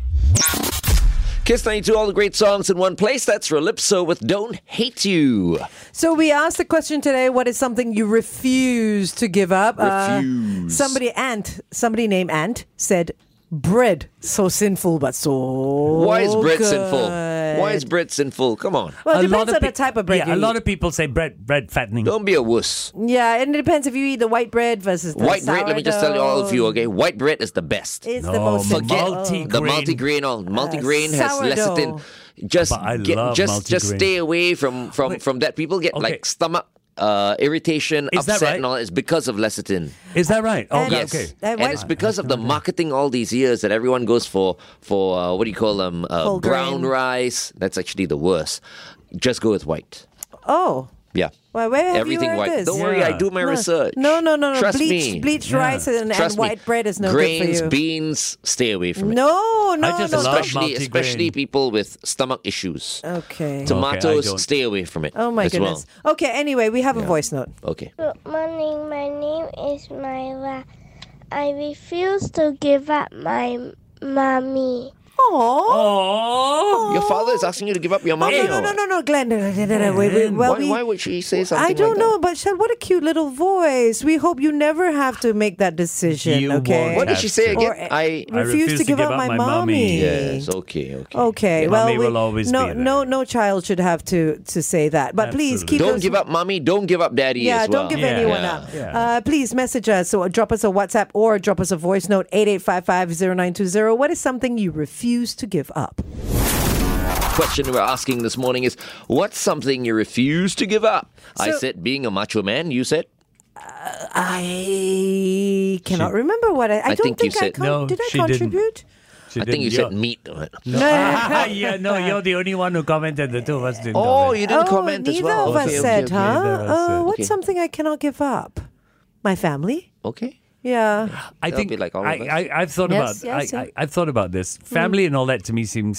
Speaker 4: Kiss 92, all the great songs in one place. That's Relipso with Don't Hate You.
Speaker 6: So we asked the question today: What is something you refuse to give up? Uh,
Speaker 4: Refuse.
Speaker 6: somebody Ant, somebody named Ant, said bread. So sinful, but so.
Speaker 4: Why is bread
Speaker 6: Oh, good.
Speaker 4: sinful? Why is bread sinful? Come on.
Speaker 6: Well, it depends on the type of bread
Speaker 5: Yeah,
Speaker 6: you
Speaker 5: a lot
Speaker 6: eat.
Speaker 5: of people say bread bread fattening.
Speaker 4: Don't be a wuss.
Speaker 6: Yeah, and it depends if you eat the white bread versus the
Speaker 4: White bread, let me just tell you all of you,
Speaker 6: sourdough.
Speaker 4: okay? White bread is the best.
Speaker 6: It's the No, most
Speaker 5: Oh,
Speaker 4: Forget
Speaker 6: multigrain.
Speaker 4: the multigrain. All multigrain has
Speaker 6: sourdough.
Speaker 4: lecithin. Just
Speaker 5: But I
Speaker 4: get,
Speaker 5: love
Speaker 4: just just
Speaker 5: multigrain.
Speaker 4: stay away from from from that. People get like stomach uh, irritation,
Speaker 5: Is that
Speaker 4: upset,
Speaker 5: right?
Speaker 4: and all. It's because of lecithin.
Speaker 5: Is that right? Oh,
Speaker 4: And
Speaker 5: God,
Speaker 4: yes.
Speaker 5: okay.
Speaker 4: And it's because of the marketing all these years that everyone goes for for uh, what do you call them uh,
Speaker 6: Whole
Speaker 4: brown
Speaker 6: grain.
Speaker 4: rice. That's actually the worst. Just go with white.
Speaker 6: Oh.
Speaker 4: Yeah.
Speaker 6: Why, where have
Speaker 4: Everything
Speaker 6: you heard
Speaker 4: white.
Speaker 6: This?
Speaker 4: Don't worry, I do my
Speaker 6: no.
Speaker 4: research.
Speaker 6: No, no, no, no.
Speaker 4: Trust
Speaker 6: bleach,
Speaker 4: me.
Speaker 6: bleach
Speaker 4: Yeah.
Speaker 6: rice and, and
Speaker 4: Trust me.
Speaker 6: white bread is no good
Speaker 4: Grains,
Speaker 6: for you.
Speaker 4: beans, stay away from it.
Speaker 6: No, no,
Speaker 5: just
Speaker 6: no.
Speaker 5: love
Speaker 6: don't-
Speaker 4: especially
Speaker 5: multigrain.
Speaker 4: especially people with stomach issues.
Speaker 6: Okay.
Speaker 4: Tomatoes,
Speaker 5: don't-
Speaker 4: stay away from it.
Speaker 6: Oh my
Speaker 4: as
Speaker 6: goodness. Okay. Anyway, we have a voice note.
Speaker 4: Well. Okay.
Speaker 13: Good morning. My name is Myra. I refuse to give up my mommy.
Speaker 5: Oh.
Speaker 4: Your father is asking you to give up your mom.
Speaker 6: Oh, no, no, no, no, no, Glenn. no, no, no, no, no, wait, wait, well,
Speaker 4: oh. why,
Speaker 6: we-
Speaker 4: why would she say something
Speaker 6: I don't
Speaker 4: like
Speaker 6: know, but Shad, what a cute little voice. We hope you never have to make that decision.
Speaker 5: You
Speaker 6: okay.
Speaker 5: won't
Speaker 4: What did she say
Speaker 6: Or,
Speaker 4: again?
Speaker 6: uh,
Speaker 4: I
Speaker 6: refuse, to, give, up, my, mommy.
Speaker 4: Yes, okay, okay.
Speaker 6: Okay.
Speaker 5: Yeah.
Speaker 6: Well,
Speaker 5: Mommy
Speaker 6: we-
Speaker 5: will always
Speaker 6: no,
Speaker 5: be there.
Speaker 6: no, no child should have to to say that. But please keep.
Speaker 4: Don't
Speaker 6: those-
Speaker 4: give up mommy, don't give up daddy
Speaker 6: Yeah,
Speaker 4: as well.
Speaker 6: don't give anyone
Speaker 4: Yeah.
Speaker 6: up. Uh, please message us or drop us a WhatsApp or drop us a voice note 88550920. What is something you refuse to give up?
Speaker 4: question we're asking this morning is what's something you refuse to give up? I
Speaker 6: So-
Speaker 4: said being a macho man, you said
Speaker 6: I cannot remember what I. I,
Speaker 4: I
Speaker 6: don't
Speaker 4: think you
Speaker 6: think, I
Speaker 4: said-
Speaker 6: con-
Speaker 5: No,
Speaker 6: did I
Speaker 5: she didn't.
Speaker 6: contribute?
Speaker 5: She
Speaker 4: I think
Speaker 5: didn't-
Speaker 4: you said
Speaker 6: (laughs)
Speaker 5: you're-
Speaker 4: meat. right?
Speaker 5: Ah, (laughs) yeah, no, you're the only one who commented. The two of us didn't.
Speaker 4: Oh, you didn't
Speaker 6: oh,
Speaker 4: comment
Speaker 6: neither
Speaker 4: as well.
Speaker 6: of us
Speaker 4: Okay, okay,
Speaker 6: said,
Speaker 4: okay.
Speaker 6: huh?
Speaker 5: neither of us
Speaker 6: Uh,
Speaker 5: said.
Speaker 6: what's
Speaker 4: Okay.
Speaker 6: something I cannot give up? My family.
Speaker 4: Okay.
Speaker 5: I
Speaker 6: Yeah.
Speaker 4: That'll
Speaker 5: think
Speaker 4: be like all of
Speaker 5: I,
Speaker 4: us.
Speaker 5: I, I've thought
Speaker 6: Yes,
Speaker 5: about
Speaker 6: yes, Mm.
Speaker 5: I,
Speaker 6: yeah.
Speaker 5: I, I've thought about this. Family and all that to me seems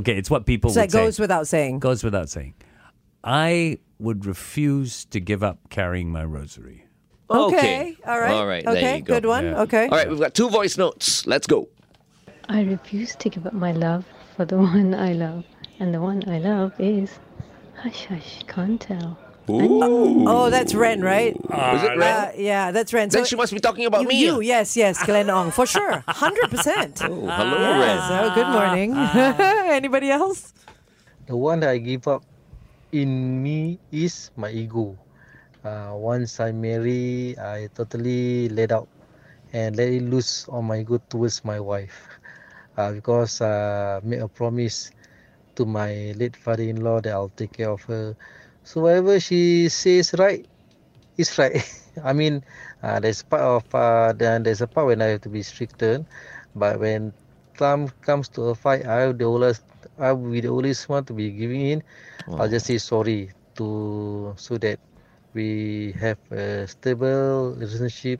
Speaker 5: okay. It's what people
Speaker 6: So
Speaker 5: would
Speaker 6: that goes
Speaker 5: say.
Speaker 6: without saying.
Speaker 5: goes without saying. I would refuse to give up carrying my rosary.
Speaker 6: Okay.
Speaker 4: Okay.
Speaker 6: All right.
Speaker 4: All right, there
Speaker 6: Okay.
Speaker 4: you go.
Speaker 6: Good one.
Speaker 5: Yeah.
Speaker 6: Okay.
Speaker 4: All right, we've got two voice notes. Let's go.
Speaker 14: I refuse to give up my love for the (laughs) one I love. And the one I love is Hush Hush, can't tell.
Speaker 6: Oh, that's Ren, right?
Speaker 5: Uh-huh.
Speaker 4: Is it Ren?
Speaker 6: Uh, yeah, that's Ren.
Speaker 4: then
Speaker 6: So
Speaker 4: she must be talking about
Speaker 6: you,
Speaker 4: me.
Speaker 6: you, yes, yes, Glen Ong, for sure,
Speaker 4: (laughs)
Speaker 6: hundred percent.
Speaker 4: Oh, hello,
Speaker 6: Yes.
Speaker 4: Ren. Ah.
Speaker 6: Oh, good morning. (laughs) Anybody else?
Speaker 15: The one that I give up in me is my ego. Uh, once I marry, I totally let out and let it loose on my ego towards my wife. Uh, because I uh, made a promise to my late father-in-law that I'll take care of her. So whatever she says right, is right. I mean, uh, there's part of uh, then there's a part when I have to be stricter, but when time comes to a fight, I will the always I will be the always one to be giving in. I'll just say sorry to so that we have a stable relationship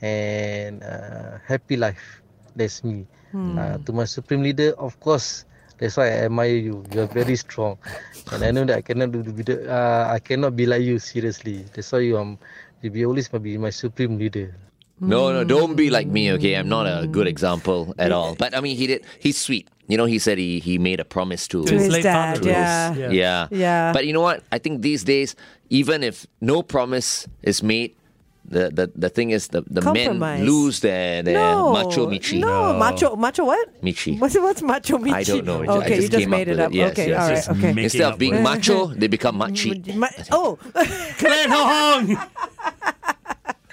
Speaker 15: and uh, happy life. That's me. Uh, to my supreme leader, of course. That's why I admire you. You're very strong, and I know that I cannot do do- do- uh, I cannot be like you. Seriously, that's why you um, you be always must be my supreme leader.
Speaker 4: No, no, don't be like me, okay? I'm not a good example at all. But I mean, he did. He's sweet. You know, he said he, he made a promise to,
Speaker 6: To his his late dad, father. yeah.
Speaker 4: yeah.
Speaker 6: Yeah. Yeah.
Speaker 4: But you know what? I think these days, even if no promise is made, the the, the thing is the, the men
Speaker 6: Compromise.
Speaker 4: lose their, their
Speaker 6: no,
Speaker 4: Eh, macho michi.
Speaker 6: No, macho, macho what?
Speaker 4: Michi.
Speaker 6: What's, what's macho michi?
Speaker 4: I don't know. I
Speaker 6: Okay, you just
Speaker 4: came
Speaker 6: made
Speaker 4: up with
Speaker 6: it up.
Speaker 4: Yes,
Speaker 6: okay,
Speaker 4: yes,
Speaker 6: all right,
Speaker 4: yes.
Speaker 6: okay.
Speaker 5: Making
Speaker 4: Instead
Speaker 5: up
Speaker 4: of being
Speaker 6: (laughs)
Speaker 5: words.
Speaker 4: macho, they become machi.
Speaker 6: Ma- oh, (laughs)
Speaker 5: Glenn Hong!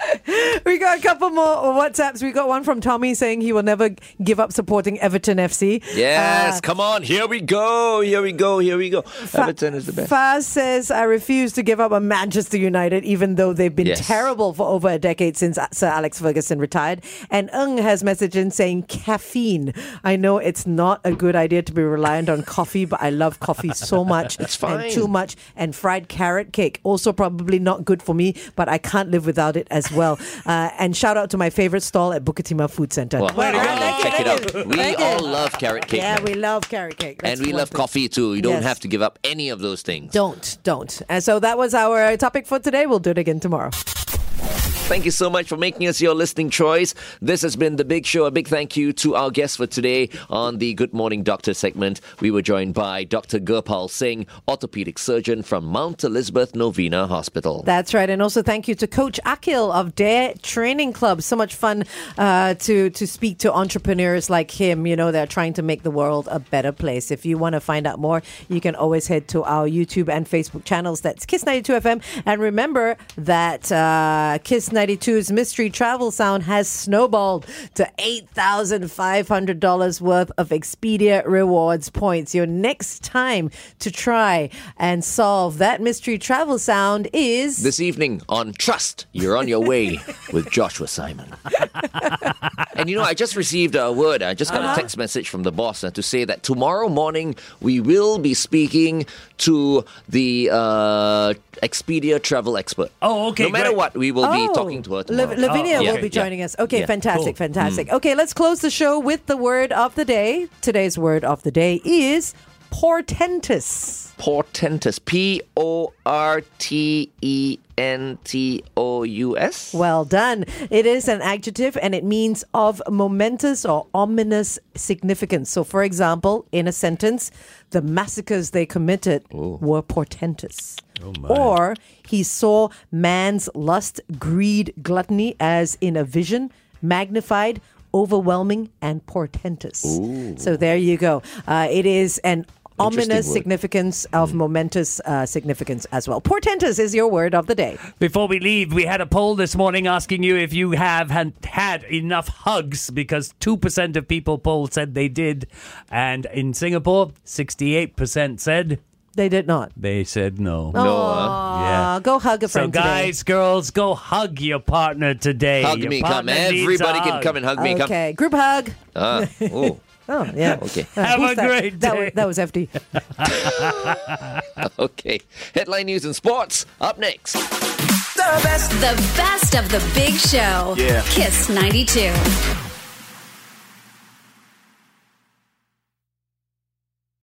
Speaker 6: (laughs) we got a couple more WhatsApps. We got one from Tommy saying he will never give up supporting Everton FC.
Speaker 4: Yes,
Speaker 6: Uh,
Speaker 4: come on. Here we go. Here we go. Here we go. Everton is the best.
Speaker 6: Faz says, I refuse to give up on Manchester United, even though they've been
Speaker 4: Yes.
Speaker 6: terrible for over a decade since Sir Alex Ferguson retired. And Ung has messaged in saying, caffeine. I know it's not a good idea to be reliant on coffee, but I love coffee so much.
Speaker 4: It's fine.
Speaker 6: And
Speaker 4: (laughs)
Speaker 6: too much. And fried carrot cake, also probably not good for me, but I can't live without it as well. Uh, and shout out to my favorite stall at Bukitima Food Center.
Speaker 4: Well,
Speaker 6: Well,
Speaker 4: check it
Speaker 6: thank
Speaker 4: out.
Speaker 6: you.
Speaker 4: We
Speaker 6: Thank you.
Speaker 4: all love carrot cake.
Speaker 6: yeah,
Speaker 4: now.
Speaker 6: we love carrot cake. That's
Speaker 4: and we
Speaker 6: one
Speaker 4: love
Speaker 6: thing.
Speaker 4: coffee too. You don't
Speaker 6: Yes.
Speaker 4: have to give up any of those things.
Speaker 6: Don't, don't. And so that was our topic for today. We'll do it again tomorrow.
Speaker 4: Thank you so much for making us your listening choice. This has been The Big Show. A big thank you to our guests for today on the Good Morning Doctor segment. We were joined by Dr. Gurpal Singh, orthopedic surgeon from Mount Elizabeth Novena Hospital.
Speaker 6: That's right, and also thank you to Coach Akil of Dare Training Club. So much fun uh, to to speak to entrepreneurs like him. You know, they're trying to make the world a better place. If you want to find out more, you can always head to our YouTube and Facebook channels. That's Kiss ninety two FM, and remember that uh, Kiss 92's mystery travel sound has snowballed to eight thousand five hundred dollars worth of Expedia rewards points. Your next time to try and solve that mystery travel sound is.
Speaker 4: This evening on Trust, you're on your way with
Speaker 5: (laughs)
Speaker 4: Joshua Simon. and you know, I just received a word. I just got
Speaker 2: Uh-huh.
Speaker 4: a text message from the boss uh, to say that tomorrow morning we will be speaking to the uh, Expedia travel expert.
Speaker 5: Oh, okay,
Speaker 4: No matter
Speaker 5: great.
Speaker 4: what, we will be
Speaker 6: Oh.
Speaker 4: talking to her
Speaker 6: Lav-
Speaker 4: tomorrow.
Speaker 6: Lavinia
Speaker 4: Yeah,
Speaker 6: will be
Speaker 4: yeah.
Speaker 6: joining us. Okay,
Speaker 4: Yeah.
Speaker 6: fantastic,
Speaker 4: Cool.
Speaker 6: fantastic.
Speaker 4: Mm.
Speaker 6: Okay, let's close the show with the word of the day. Today's word of the day is portentous.
Speaker 4: Portentous. P O R T E N T O U S.
Speaker 6: Well done. It is an adjective and it means of momentous or ominous significance. So, for example, in a sentence, the massacres they committed were portentous.
Speaker 5: Oh,
Speaker 6: or he saw man's lust, greed, gluttony as in a vision, magnified, overwhelming, and portentous. So, there you go. Uh, it is an
Speaker 5: Interesting
Speaker 6: ominous
Speaker 5: word. Mm.
Speaker 6: significance of momentous uh, significance as well. Portentous is your word of the day.
Speaker 5: Before we leave, we had a poll this morning asking you if you have had, had enough hugs because 2% of people polled said they did. And in Singapore, 68% said
Speaker 6: they did not.
Speaker 5: They said no.
Speaker 6: No, huh? Aw, Uh, go hug a friend
Speaker 5: So,
Speaker 6: today.
Speaker 5: guys, girls, go hug your partner today.
Speaker 4: Hug
Speaker 5: Your
Speaker 4: me, come.
Speaker 5: partner needs a
Speaker 4: Everybody can
Speaker 5: hug.
Speaker 4: come and hug me, come.
Speaker 6: Okay, group hug.
Speaker 4: Ah, oh. (laughs)
Speaker 6: Oh,
Speaker 5: (laughs)
Speaker 6: yeah.
Speaker 4: Okay.
Speaker 6: Uh,
Speaker 5: Have
Speaker 6: who's
Speaker 5: a
Speaker 6: that?
Speaker 5: great
Speaker 6: That
Speaker 5: day.
Speaker 6: was, that was FD.
Speaker 4: okay. Headline news and sports up next.
Speaker 1: The best, the best of the Big Show.
Speaker 4: Yeah.
Speaker 1: Kiss 92.